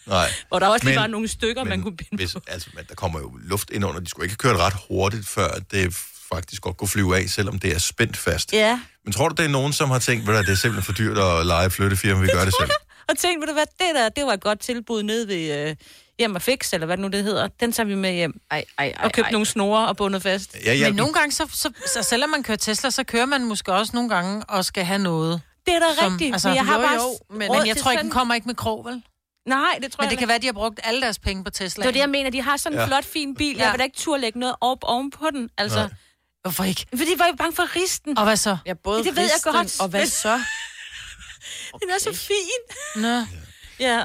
[SPEAKER 1] Nej.
[SPEAKER 4] Hvor der også lige var nogle stykker, man kunne binde
[SPEAKER 1] hvis, altså, men der kommer jo luft ind under, de skulle ikke have kørt ret hurtigt, før det faktisk godt kunne flyve af, selvom det er spændt fast.
[SPEAKER 4] Ja.
[SPEAKER 1] Men tror du, det er nogen, som har tænkt, at det er simpelthen for dyrt at lege flyttefirma, vi gør det selv?
[SPEAKER 4] Og tænkte, ved du hvad, det der, det var et godt tilbud nede ved øh, Hjem og Fix, eller hvad det nu det hedder. Den tager vi med hjem. Ej, ej, ej, og købte
[SPEAKER 2] ej.
[SPEAKER 4] nogle snore og bundet fast.
[SPEAKER 1] Jeg
[SPEAKER 2] Men
[SPEAKER 1] hjalp
[SPEAKER 2] nogle gange, så, så, så, selvom man kører Tesla, så kører man måske også nogle gange og skal have noget.
[SPEAKER 4] Det er da rigtigt,
[SPEAKER 2] altså,
[SPEAKER 4] men jeg har bare
[SPEAKER 2] men,
[SPEAKER 4] råd
[SPEAKER 2] men jeg
[SPEAKER 4] til
[SPEAKER 2] tror ikke, den
[SPEAKER 4] sådan-
[SPEAKER 2] kommer ikke med krog, vel?
[SPEAKER 4] Nej, det tror
[SPEAKER 2] Men
[SPEAKER 4] jeg
[SPEAKER 2] det kan være, de har brugt alle deres penge på Tesla.
[SPEAKER 4] Det er det, jeg mener. De har sådan en
[SPEAKER 2] Ja.
[SPEAKER 4] ja. flot, fin bil.
[SPEAKER 2] Ja.
[SPEAKER 4] Jeg vil da ikke turde lægge noget op ovenpå den. Altså.
[SPEAKER 2] Nej. Hvorfor ikke?
[SPEAKER 4] Fordi jeg var jo bange for risten.
[SPEAKER 2] Og hvad så?
[SPEAKER 4] Ja, både det ved jeg
[SPEAKER 3] risten,
[SPEAKER 4] godt.
[SPEAKER 3] og hvad så?
[SPEAKER 4] Den er så fin.
[SPEAKER 2] Nå.
[SPEAKER 4] Ja.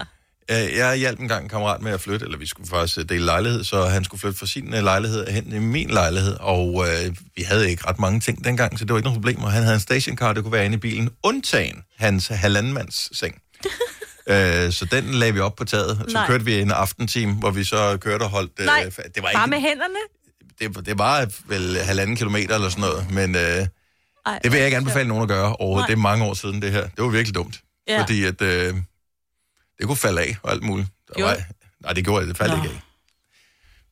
[SPEAKER 1] Øh, Jeg hjalp en gang en kammerat med at flytte, eller vi skulle faktisk øh, dele lejlighed, så han skulle flytte fra sin øh, lejlighed hen i min lejlighed, og øh, vi havde ikke ret mange ting dengang, så det var ikke noget problem, og han havde en stationcar, det kunne være inde i bilen, undtagen hans halvandemands seng. øh, så den lagde vi op på taget, så
[SPEAKER 4] Nej.
[SPEAKER 1] kørte vi en aftentime, hvor vi så kørte og holdt... Øh,
[SPEAKER 4] Nej,
[SPEAKER 1] fa- det var
[SPEAKER 4] bare
[SPEAKER 1] ikke,
[SPEAKER 4] med hænderne.
[SPEAKER 1] det, det var vel halvanden kilometer eller sådan noget, men øh,
[SPEAKER 4] Ej,
[SPEAKER 1] det vil jeg ikke anbefale nogen at gøre overhovedet.
[SPEAKER 4] Nej.
[SPEAKER 1] Det er mange år siden det her. Det var virkelig dumt,
[SPEAKER 4] Ja.
[SPEAKER 1] ja. fordi at, øh, det kunne falde af og alt muligt. Der
[SPEAKER 4] Gjorde
[SPEAKER 1] var, nej, det gjorde det. Det faldt ikke af.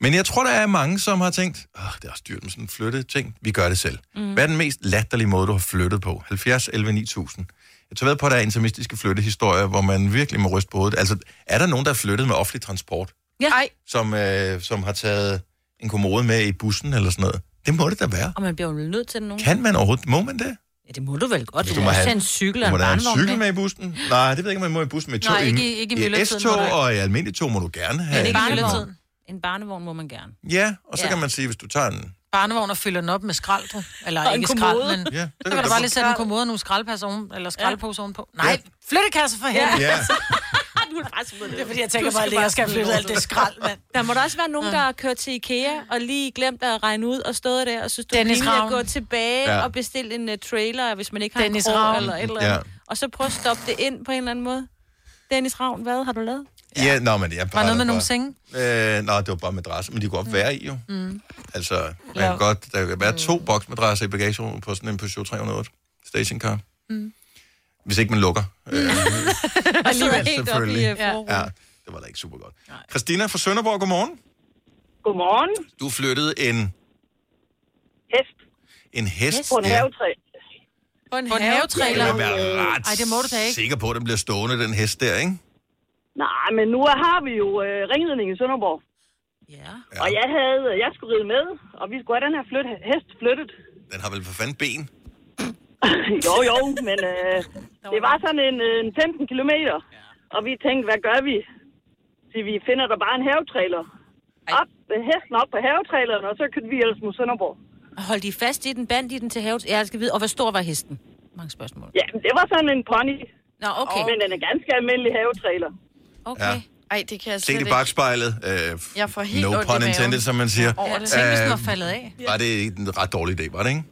[SPEAKER 1] Men jeg tror, der er mange, som har tænkt, Åh, det er også dyrt med sådan en flytteting. Vi gør det selv.
[SPEAKER 17] Mm.
[SPEAKER 1] Mm. Hvad er den mest latterlige måde, du har flyttet på? 70, 11, 9000. Jeg tager ved på, at der er intimistiske flyttehistorier, hvor man virkelig må ryste på hovedet. Altså, er der nogen, der er flyttet med offentlig transport?
[SPEAKER 2] Ja. Ej.
[SPEAKER 1] som, øh, som har taget en kommode med i bussen eller sådan noget. Det må det da være.
[SPEAKER 4] Og man bliver jo nødt til det nogen.
[SPEAKER 1] Kan man overhovedet? Må man det?
[SPEAKER 4] Ja, det må du vel godt. Du,
[SPEAKER 1] Du
[SPEAKER 4] må også have en cykel og
[SPEAKER 1] du
[SPEAKER 4] en
[SPEAKER 1] må da have en
[SPEAKER 4] barnevogn
[SPEAKER 1] cykel med i bussen. Nej, det ved jeg ikke, om man må i bussen med tog.
[SPEAKER 4] Nej, ikke i- ikke i
[SPEAKER 1] I
[SPEAKER 4] myldretiden må du
[SPEAKER 1] S-tog
[SPEAKER 4] ikke.
[SPEAKER 1] og i almindelige tog må du gerne have.
[SPEAKER 4] Men ikke
[SPEAKER 1] en
[SPEAKER 4] barnevogn. En barnevogn må man gerne.
[SPEAKER 1] Ja, og så
[SPEAKER 2] Ja.
[SPEAKER 1] kan man sige, hvis du tager en...
[SPEAKER 2] Barnevogn og fylder den op med skrald, du. Eller
[SPEAKER 4] Og en
[SPEAKER 2] ikke skrald,
[SPEAKER 4] kommode.
[SPEAKER 2] men...
[SPEAKER 1] Ja,
[SPEAKER 2] Ja,
[SPEAKER 1] det
[SPEAKER 2] så
[SPEAKER 1] kan
[SPEAKER 2] kan du
[SPEAKER 1] du
[SPEAKER 2] bare
[SPEAKER 1] få.
[SPEAKER 2] lige sætte en kommode og nogle skraldpasser oven, eller skraldposer ovenpå. Nej, flyttekasser for helvede.
[SPEAKER 1] Ja.
[SPEAKER 4] du vil faktisk det.
[SPEAKER 2] Det er fordi, jeg tænker bare, at jeg skal flytte alt det skrald, mand.
[SPEAKER 4] Der må der også være nogen, der har kørt til IKEA og lige glemt at regne ud og stået der og synes, du er
[SPEAKER 2] Dennis
[SPEAKER 4] pinligt at
[SPEAKER 2] Ravn.
[SPEAKER 4] gå tilbage
[SPEAKER 2] Ja.
[SPEAKER 4] ja. og bestille en uh, trailer, hvis man ikke har
[SPEAKER 2] Dennis
[SPEAKER 4] en krog
[SPEAKER 2] Ravn.
[SPEAKER 4] eller et eller
[SPEAKER 1] Ja.
[SPEAKER 4] andet. Ja. Og så prøve at stoppe det ind på en eller anden måde. Dennis Ravn, hvad har du lavet?
[SPEAKER 1] Ja, ja nå, men jeg
[SPEAKER 4] Var noget med nogle
[SPEAKER 2] senge?
[SPEAKER 1] Øh, nej, det var bare madrasser, men de kunne godt være i jo.
[SPEAKER 4] Mm.
[SPEAKER 1] Altså, man
[SPEAKER 4] Ja. Mm.
[SPEAKER 1] kan godt, der kan være to boksmadrasser i bagagerummet på sådan en Peugeot 308 stationcar.
[SPEAKER 2] Mm.
[SPEAKER 1] Hvis ikke man lukker. Øh,
[SPEAKER 4] og sidder Altså, helt op i
[SPEAKER 1] selvfølgelig.
[SPEAKER 4] uh, forruden.
[SPEAKER 1] ja, det var da ikke super godt. Christina fra Sønderborg, godmorgen.
[SPEAKER 16] Godmorgen.
[SPEAKER 1] Du flyttede en...
[SPEAKER 16] Hest.
[SPEAKER 1] En hest?
[SPEAKER 16] På en havetræ.
[SPEAKER 2] På en,
[SPEAKER 16] på en
[SPEAKER 1] Det
[SPEAKER 2] havetrailer.
[SPEAKER 1] vil være ret
[SPEAKER 2] Ej, det må du da ikke.
[SPEAKER 1] sikker på, at den bliver stående, den hest der, ikke?
[SPEAKER 16] Nej, men nu har vi jo øh, ringridning i Sønderborg. Ja. Og jeg havde, øh, jeg skulle ride med, og vi skulle have den her flyt, hest flyttet.
[SPEAKER 1] Den har vel for fanden ben.
[SPEAKER 16] jo, jo, men øh, det var sådan en, øh, en 15 kilometer. Og vi tænkte, hvad gør vi? Så vi finder der bare en havetrailer. Op, øh, hesten op på havetraileren, og så kørte vi ellers mod Sønderborg.
[SPEAKER 4] Hold de fast i den, band i den til havet. Jeg skal vide, og hvor stor var hesten? Mange spørgsmål.
[SPEAKER 16] Ja, men det var sådan en pony.
[SPEAKER 4] Nå, okay.
[SPEAKER 16] Men den er ganske almindelig havetrailer.
[SPEAKER 4] Okay.
[SPEAKER 1] Ja.
[SPEAKER 3] Ej, det kan jeg
[SPEAKER 1] Se
[SPEAKER 3] slet
[SPEAKER 1] det i
[SPEAKER 3] ikke.
[SPEAKER 1] bagspejlet. Øh,
[SPEAKER 3] Jeg får helt
[SPEAKER 1] no
[SPEAKER 3] ondt i
[SPEAKER 1] pun
[SPEAKER 3] maven.
[SPEAKER 1] intended, som man siger.
[SPEAKER 3] Over det.
[SPEAKER 2] Tænk, hvis den var
[SPEAKER 1] Øh,
[SPEAKER 2] faldet af.
[SPEAKER 1] Var det en ret dårlig idé, var det ikke?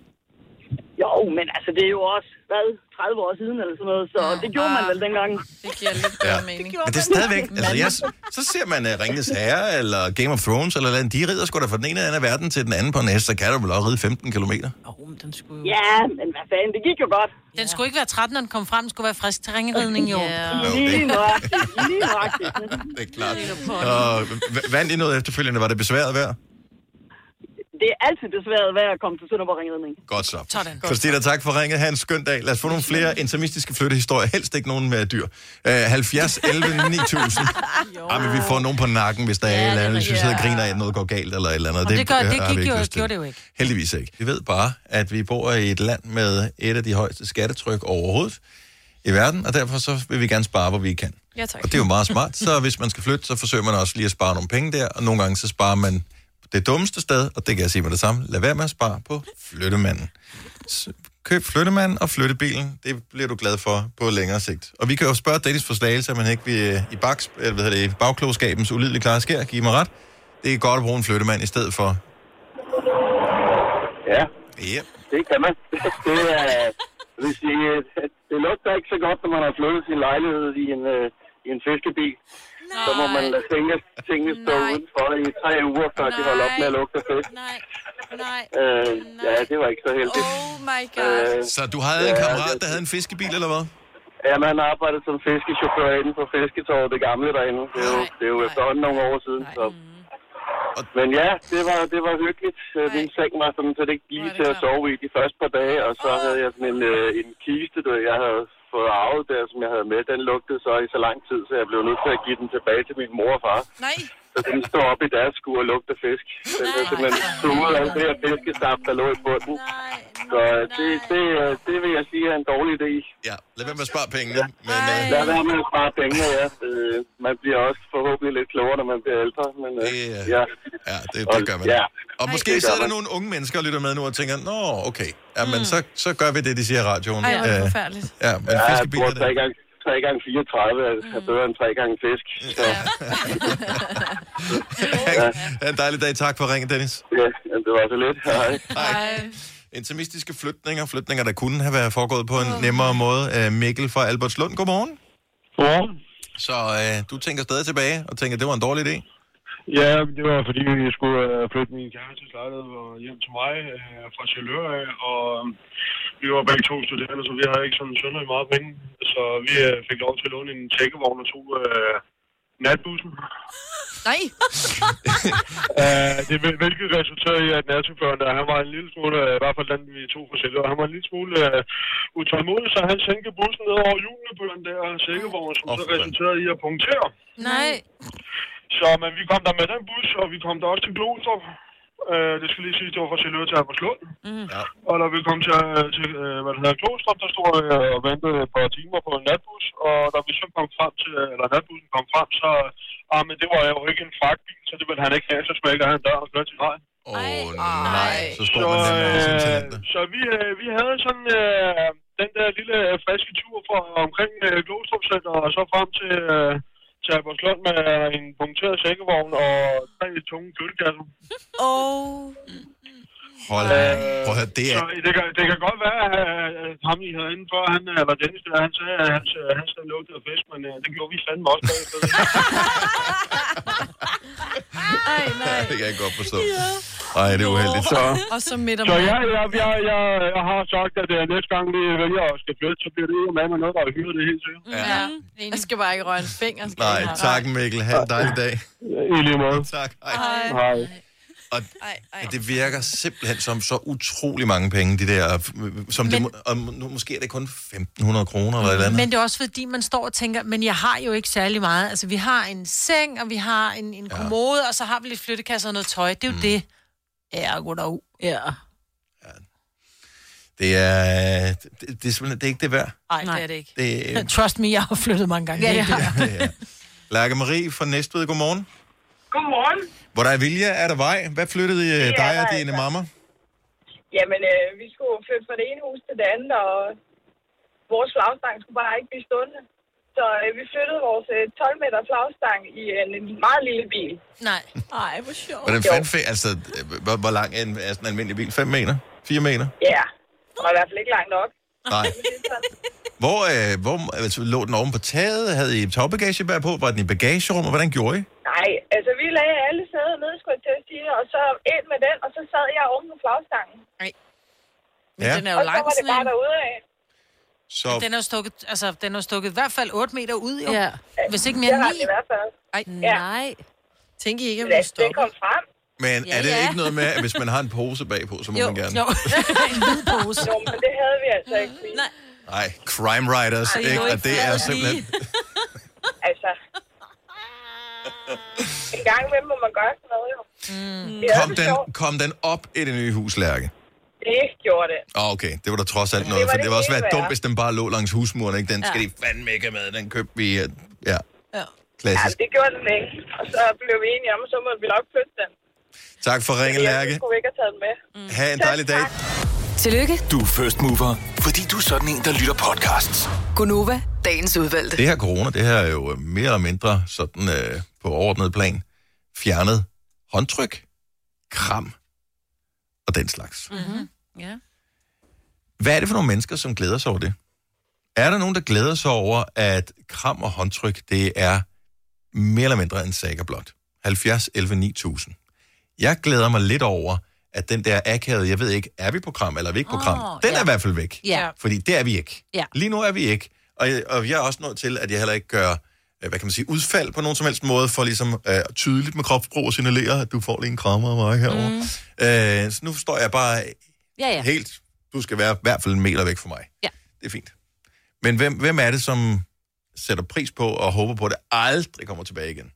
[SPEAKER 16] Jo, men altså, det er jo også, hvad, 30 år siden eller sådan noget, så det gjorde man vel dengang.
[SPEAKER 3] Det giver lidt
[SPEAKER 1] Ja. bedre
[SPEAKER 3] mening.
[SPEAKER 1] Men det er stadigvæk... Altså, jeg, så ser man uh, Ringens Herre, eller Game of Thrones, eller andet. De rider sgu da fra den ene ende af verden til den anden på en hest, så kan du vel også ride 15 km.
[SPEAKER 16] Ja, men hvad fanden, det gik jo godt.
[SPEAKER 2] Den skulle ikke være 13, når den kom frem. Den skulle være frisk til ringeridning i år.
[SPEAKER 16] Lige nøjagtigt, lige nøjagtigt.
[SPEAKER 1] Det er klart. Og v- vandt I noget efterfølgende? Var det besværet værd?
[SPEAKER 16] Det er altid besværet værd at komme til Sønderborg Ringridning.
[SPEAKER 1] Godt så. Sådan. Christina, tak for ringet. Ha' en skøn dag. Lad os få nogle flere intermistiske flyttehistorier. Helst ikke nogen med dyr. Uh, 70, 11, 9000. Ej, men vi får nogen på nakken, hvis der er et eller andet, synes, jeg griner, af, at noget går galt eller et eller andet.
[SPEAKER 2] Og det, gør, det
[SPEAKER 1] har vi
[SPEAKER 2] gik
[SPEAKER 1] ikke
[SPEAKER 2] jo,
[SPEAKER 1] lyst til.
[SPEAKER 2] gjorde det jo ikke.
[SPEAKER 1] Heldigvis ikke. Vi ved bare, at vi bor i et land med et af de højeste skattetryk overhovedet i verden, og derfor så vil vi gerne spare, hvor vi kan.
[SPEAKER 3] Ja, tak.
[SPEAKER 1] Og det er jo meget smart, så hvis man skal flytte, så forsøger man også lige at spare nogle penge der, og nogle gange så sparer man det dummeste sted, og det kan jeg sige med det samme, lad være med at spare på flyttemanden. S- Køb flyttemanden og flyttebilen, det bliver du glad for på længere sigt. Og vi kan jo spørge Dennis for slagelse, om han ikke vil øh, i, baks, eller hvad hedder det, i bagklogskabens ulidelige klare skær, give mig ret. Det er godt at bruge en flyttemand i stedet for
[SPEAKER 10] Ja,
[SPEAKER 1] Ja.
[SPEAKER 10] det kan man. Det er, hvis det, det lugter ikke så godt, når man har flyttet sin lejlighed i en, øh, i en fiskebil. Så må man lade tingene, tingene stå udenfor i tre uger, før de holder op med at lugte af fisk.
[SPEAKER 3] Nej, nej.
[SPEAKER 10] Øh, ja, det var ikke så heldigt.
[SPEAKER 3] Oh my god.
[SPEAKER 10] Øh,
[SPEAKER 1] Så du havde en kammerat, der havde en fiskebil, eller hvad?
[SPEAKER 10] Ja, man arbejdede som fiskechauffør inde på Fisketorvet, det gamle derinde. Det er jo, det er jo efterhånden nogle år siden, så... Men ja, det var, det var hyggeligt. Øh, Min seng var sådan set ikke lige til at sove i de første par dage, og så havde jeg sådan en, øh, en kiste, der jeg havde fået arvet der, som jeg havde med. Den lugtede så i så lang tid, så jeg blev nødt til at give den tilbage til min mor og far.
[SPEAKER 3] Nej.
[SPEAKER 10] Så den står oppe i deres skur og lugter fisk. Den er simpelthen suget af det her fiskestaft, der lå i bunden. Så øh, det, det, øh, det vil jeg sige er en dårlig idé.
[SPEAKER 1] Ja, lad være med at spare pengene. Men,
[SPEAKER 10] øh... Lad være med at spare pengene, ja. Øh, man bliver også forhåbentlig lidt klogere, når man bliver ældre. Men, øh,
[SPEAKER 1] øh,
[SPEAKER 10] ja.
[SPEAKER 1] ja, det, det gør man.
[SPEAKER 10] Ja.
[SPEAKER 1] Og måske
[SPEAKER 10] det gør
[SPEAKER 1] sidder der
[SPEAKER 10] man.
[SPEAKER 1] nogle unge mennesker og lytter med nu og tænker, nå, okay, ja, men så, så gør vi det, de siger i radioen.
[SPEAKER 3] Mm. Ej, hvor er det
[SPEAKER 1] Øh,
[SPEAKER 3] forfærdeligt.
[SPEAKER 1] Ja, men
[SPEAKER 10] Ja, jeg
[SPEAKER 1] fiskebiler...
[SPEAKER 10] tror
[SPEAKER 1] det-
[SPEAKER 10] 3 gange, 3 gange 34 er, er bedre end 3 gange fisk. Så,
[SPEAKER 1] Ha' en dejlig dag. Tak for ringen, Dennis.
[SPEAKER 10] ja, jamen, det var så lidt. Hej.
[SPEAKER 1] Hej. Intimistiske flytninger, flytninger, der kunne have været foregået på en nemmere måde. Øh, Mikkel fra Albertslund, godmorgen.
[SPEAKER 17] Godmorgen.
[SPEAKER 1] Så øh, du tænker stadig tilbage og tænker, det var en dårlig idé?
[SPEAKER 17] Ja, det var fordi, jeg skulle øh, flytte min kærestes lejlighed og hjem til mig øh, fra Sjælør af, og øh, vi var begge to studerende, så vi havde ikke sådan sønderlig meget penge. Så vi øh, fik lov til at låne en tækkevogn og to øh, natbussen.
[SPEAKER 3] Nej.
[SPEAKER 17] Øh, det, hvil- hvilket resulterede i, at natchaufføren, der, han var en lille smule, øh, i hvert fald den vi to fra Sjælør, han var en lille smule øh, utålmodig, så han sænkte bussen ned over hjulene på den der tækkevogn, som så resulterede i at punktere.
[SPEAKER 2] Nej.
[SPEAKER 17] Så men vi kom der med den bus, og vi kom der også til Glostrup. Øh, det skal lige sige, det var fra Sjælør til Albertslund.
[SPEAKER 1] Mm. Ja.
[SPEAKER 17] Og når vi kom til, øh, til øh, hvad det hedder, Glostrup, der stod jeg og ventede et par timer på en natbus. Og når vi så kom frem til, øh, eller natbussen kom frem, så, ah, men det var jo ikke en fragtbil, så det ville han ikke have, så smækkede han døren og kørte til vejen.
[SPEAKER 1] Åh oh, nej, så står man
[SPEAKER 17] Så,
[SPEAKER 1] der med alle sine
[SPEAKER 17] øh,
[SPEAKER 1] talenter.
[SPEAKER 17] så vi, øh, vi havde sådan øh, den der lille øh, friske tur fra omkring øh, Glostrup Center og så frem til, øh, til Albertslund med en punkteret sækkevogn og tre tunge kølekasser.
[SPEAKER 2] Åh. Oh.
[SPEAKER 1] Hold da. Prøv at høre, det er...
[SPEAKER 17] Så det kan, det kan godt være, at at ham I havde indenfor, han, øh, eller Dennis, der, han sagde, at hans, øh, hans der lugtede af fisk, men øh, det gjorde vi fandme også bagefter.
[SPEAKER 3] Ej, nej.
[SPEAKER 1] det kan jeg godt forstå. Ej, det er uheldigt. Så...
[SPEAKER 3] Og så midt om
[SPEAKER 17] Så jeg,
[SPEAKER 3] natten.
[SPEAKER 17] jeg, jeg, jeg, jeg har sagt, at øh, næste gang vi vælger at skal flytte, så bliver det jo med med noget, der er hyret, det er helt sikkert.
[SPEAKER 3] Ja. Jeg skal bare ikke røre en finger. skal
[SPEAKER 1] Nej,
[SPEAKER 3] jeg ikke.
[SPEAKER 1] tak Mikkel. Ha' en dejlig dag.
[SPEAKER 17] I lige måde.
[SPEAKER 1] Tak.
[SPEAKER 3] Hej.
[SPEAKER 17] Hej.
[SPEAKER 1] Og og det virker simpelthen som så utrolig mange penge, de der... øh, Som det,
[SPEAKER 2] Men-
[SPEAKER 1] må- og nu, måske er det kun 1.500 kroner eller et eller andet.
[SPEAKER 2] Men det er også fordi, man står og tænker, men jeg har jo ikke særlig meget. Altså, vi har en seng, og vi har en, en
[SPEAKER 1] Ja.
[SPEAKER 2] kommode, og så har vi lidt flyttekasser og noget tøj. Det er jo mm. det. Ja, goddag.
[SPEAKER 4] Ja.
[SPEAKER 1] Det er, det, det, er simpelthen det er ikke det værd.
[SPEAKER 2] Ej, Nej, det er det ikke.
[SPEAKER 1] Det er,
[SPEAKER 2] Trust me, jeg har flyttet mange gange. Ja, ja.
[SPEAKER 1] Lærke Marie fra Næstved, godmorgen.
[SPEAKER 12] Godmorgen.
[SPEAKER 1] Hvor der er vilje, er der vej. Hvad flyttede I,
[SPEAKER 12] Det er
[SPEAKER 1] dig og
[SPEAKER 12] der
[SPEAKER 1] dine
[SPEAKER 12] altså.
[SPEAKER 1] mamma?
[SPEAKER 12] Jamen, øh, vi skulle flytte fra det ene hus til det andet, og vores flagstang skulle bare ikke blive stående. Så øh, vi flyttede vores øh, 12 meter flagstang i en, en meget lille bil.
[SPEAKER 2] Nej.
[SPEAKER 3] Ej, hvor sjovt.
[SPEAKER 1] Hvordan fanden fik, altså, øh, hvor, hvor lang er en, er sådan en almindelig bil? 5 meter? 4 meter?
[SPEAKER 12] Ja, og i hvert fald ikke langt nok.
[SPEAKER 1] Nej. Hvor, øh, hvor altså, lå den oven på taget? Havde I tagbagagebær på? Var den i bagagerummet? Hvordan gjorde I?
[SPEAKER 12] Nej, altså vi lagde alle sæder ned, skulle jeg til at sige, og så ind med den, og så sad jeg oven på flagstangen.
[SPEAKER 1] Men ja.
[SPEAKER 2] den er
[SPEAKER 12] og
[SPEAKER 2] jo
[SPEAKER 12] så
[SPEAKER 2] lang,
[SPEAKER 12] var det
[SPEAKER 2] sådan
[SPEAKER 12] bare
[SPEAKER 2] en.
[SPEAKER 12] derude af.
[SPEAKER 1] Så,
[SPEAKER 2] Den er jo stukket, altså, den er jo stukket i hvert fald 8 meter ud, jo.
[SPEAKER 3] Ja.
[SPEAKER 2] Hvis ikke
[SPEAKER 12] Det
[SPEAKER 2] mere
[SPEAKER 12] har
[SPEAKER 2] end 9.
[SPEAKER 12] den i hvert fald.
[SPEAKER 3] Ej,
[SPEAKER 12] Ja.
[SPEAKER 4] nej.
[SPEAKER 3] Tænk I ikke, at
[SPEAKER 12] Ja,
[SPEAKER 3] vi
[SPEAKER 12] det
[SPEAKER 3] stopper.
[SPEAKER 12] kom frem.
[SPEAKER 1] men
[SPEAKER 3] Ja,
[SPEAKER 1] er det
[SPEAKER 3] ja.
[SPEAKER 1] ikke noget med, at hvis man har en pose bagpå, så må man gerne...
[SPEAKER 12] en hvid pose. Jo, men det havde vi altså ikke. Nej.
[SPEAKER 1] Nej, Crime Riders,
[SPEAKER 12] Ej, det er
[SPEAKER 1] ikke?
[SPEAKER 12] jo ikke
[SPEAKER 1] Og det er
[SPEAKER 12] fair
[SPEAKER 1] simpelthen...
[SPEAKER 12] Altså. En gang imellem må man gøre sådan noget, jo. Mm. Det er
[SPEAKER 1] Kom
[SPEAKER 12] så
[SPEAKER 1] den,
[SPEAKER 12] sjovt.
[SPEAKER 1] kom den op i det nye hus, Lærke?
[SPEAKER 12] Det gjorde det.
[SPEAKER 1] Åh, okay. Det var der trods alt noget,
[SPEAKER 12] Det var
[SPEAKER 1] for
[SPEAKER 12] det
[SPEAKER 1] det var også
[SPEAKER 12] hele
[SPEAKER 1] været dumt,
[SPEAKER 12] værd.
[SPEAKER 1] hvis den bare lå langs husmuren, ikke? Den
[SPEAKER 12] Ja.
[SPEAKER 1] skal de fandme ikke have med, den købte vi... øh, Ja,
[SPEAKER 12] Ja. ja,
[SPEAKER 1] klassisk.
[SPEAKER 12] det gjorde den ikke. Og så blev vi enige om, at så måtte vi nok flytte den.
[SPEAKER 1] Tak for ringen,
[SPEAKER 12] Jeg
[SPEAKER 1] Lærke.
[SPEAKER 12] skulle vi ikke have taget den med. Mm.
[SPEAKER 1] Ha' en dejlig dag.
[SPEAKER 9] Tillykke,
[SPEAKER 5] Du er first mover, fordi du er sådan en, der lytter podcasts.
[SPEAKER 9] Gunova, dagens udvalgte.
[SPEAKER 1] Det her corona, det her er jo øh, mere eller mindre sådan øh, på overordnet plan fjernet håndtryk, kram og den slags.
[SPEAKER 4] Mm-hmm. Ja.
[SPEAKER 1] Hvad er det for nogle mennesker, som glæder sig over det? Er der nogen, der glæder sig over, at kram og håndtryk, det er mere eller mindre en saga blot? 70, 11, 9000. Jeg glæder mig lidt over, at den der akavede, jeg ved ikke, er vi på kram eller er vi ikke på kram?
[SPEAKER 4] Åh,
[SPEAKER 1] den
[SPEAKER 4] ja.
[SPEAKER 1] er i hvert fald væk.
[SPEAKER 4] Ja.
[SPEAKER 1] Fordi det er vi ikke.
[SPEAKER 4] Ja.
[SPEAKER 1] Lige nu er vi ikke. Og jeg, og jeg er også nået til, at jeg heller ikke gør øh, hvad kan man sige, udfald på nogen som helst måde, for ligesom øh, tydeligt med kropsbrug at signalere, at du får lige en krammer af mig herovre. Mm. Øh, så nu står jeg bare
[SPEAKER 4] Ja, ja.
[SPEAKER 1] ja. helt, du skal være i hvert fald en meter væk fra mig.
[SPEAKER 4] Ja.
[SPEAKER 1] Det er fint. Men hvem, hvem er det, som sætter pris på og håber på, at det aldrig kommer tilbage igen?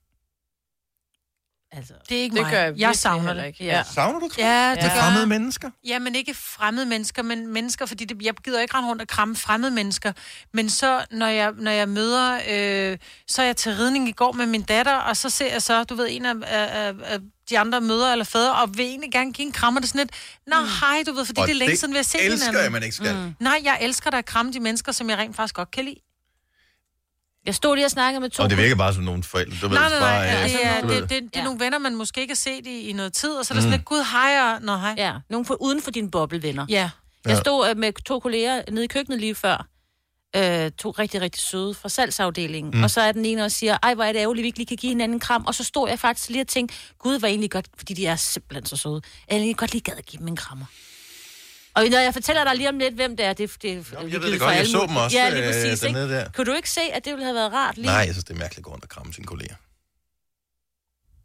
[SPEAKER 4] Altså,
[SPEAKER 2] Det er ikke
[SPEAKER 3] Det
[SPEAKER 2] mig.
[SPEAKER 3] gør jeg
[SPEAKER 2] jeg
[SPEAKER 3] virkelig
[SPEAKER 2] savner
[SPEAKER 3] heller
[SPEAKER 2] det.
[SPEAKER 3] ikke, ja.
[SPEAKER 1] Savner du kram?
[SPEAKER 2] Ja, det
[SPEAKER 1] Med
[SPEAKER 2] gør
[SPEAKER 1] fremmede
[SPEAKER 2] jeg.
[SPEAKER 1] mennesker?
[SPEAKER 2] Ja, men ikke fremmede mennesker, men mennesker, fordi det, jeg gider ikke rende rundt og kramme fremmede mennesker. Men så, når jeg, når jeg møder, øh, så er jeg til ridning i går med min datter, og så ser jeg så, du ved, en af, af, af, af de andre møder eller fædre, og vil egentlig gerne give en krammer, det er sådan lidt, nå hej, du ved, fordi
[SPEAKER 1] Mm. Og
[SPEAKER 2] det er længe
[SPEAKER 1] det
[SPEAKER 2] siden, vi har set
[SPEAKER 1] elsker
[SPEAKER 2] hinanden.
[SPEAKER 1] jeg, man ikke skal. Mm.
[SPEAKER 2] Nej, jeg elsker da at kramme de mennesker, som jeg rent faktisk godt kan lide.
[SPEAKER 4] Jeg stod lige og snakkede med to...
[SPEAKER 1] Og det virker bare som nogle forældre. Du
[SPEAKER 2] nej, nej,
[SPEAKER 1] ved,
[SPEAKER 2] nej,
[SPEAKER 1] bare,
[SPEAKER 2] ja,
[SPEAKER 1] øh,
[SPEAKER 2] det, er,
[SPEAKER 1] du ved.
[SPEAKER 2] det, det, det er nogle venner, man måske ikke har set i, i noget tid, og så er det
[SPEAKER 1] Mm.
[SPEAKER 2] sådan lidt, gud hej, og nå hej.
[SPEAKER 4] Ja, nogen for, uden for dine boblevenner.
[SPEAKER 2] Ja.
[SPEAKER 4] Jeg
[SPEAKER 2] Ja.
[SPEAKER 4] stod øh, med to kolleger nede i køkkenet lige før. Øh, to rigtig, rigtig søde fra salgsafdelingen.
[SPEAKER 8] Mm.
[SPEAKER 4] Mm. Og så er den ene og siger, ej, hvor er det ærgerligt, vi ikke lige kan give hinanden en kram. Og så stod jeg faktisk lige og tænkte, gud, var egentlig godt, fordi de er simpelthen så søde. Jeg egentlig godt lige gad at give dem en krammer. Og når jeg fortæller dig lige om lidt, hvem det er, det, det er
[SPEAKER 1] jeg ved det godt, jeg så dem også,
[SPEAKER 4] Ja, lige
[SPEAKER 1] øh,
[SPEAKER 4] præcis, ikke?
[SPEAKER 1] dernede der.
[SPEAKER 4] Kunne du ikke se, at det ville have været rart lige?
[SPEAKER 1] Nej, jeg synes, det er mærkeligt at gå rundt og kramme sine kolleger.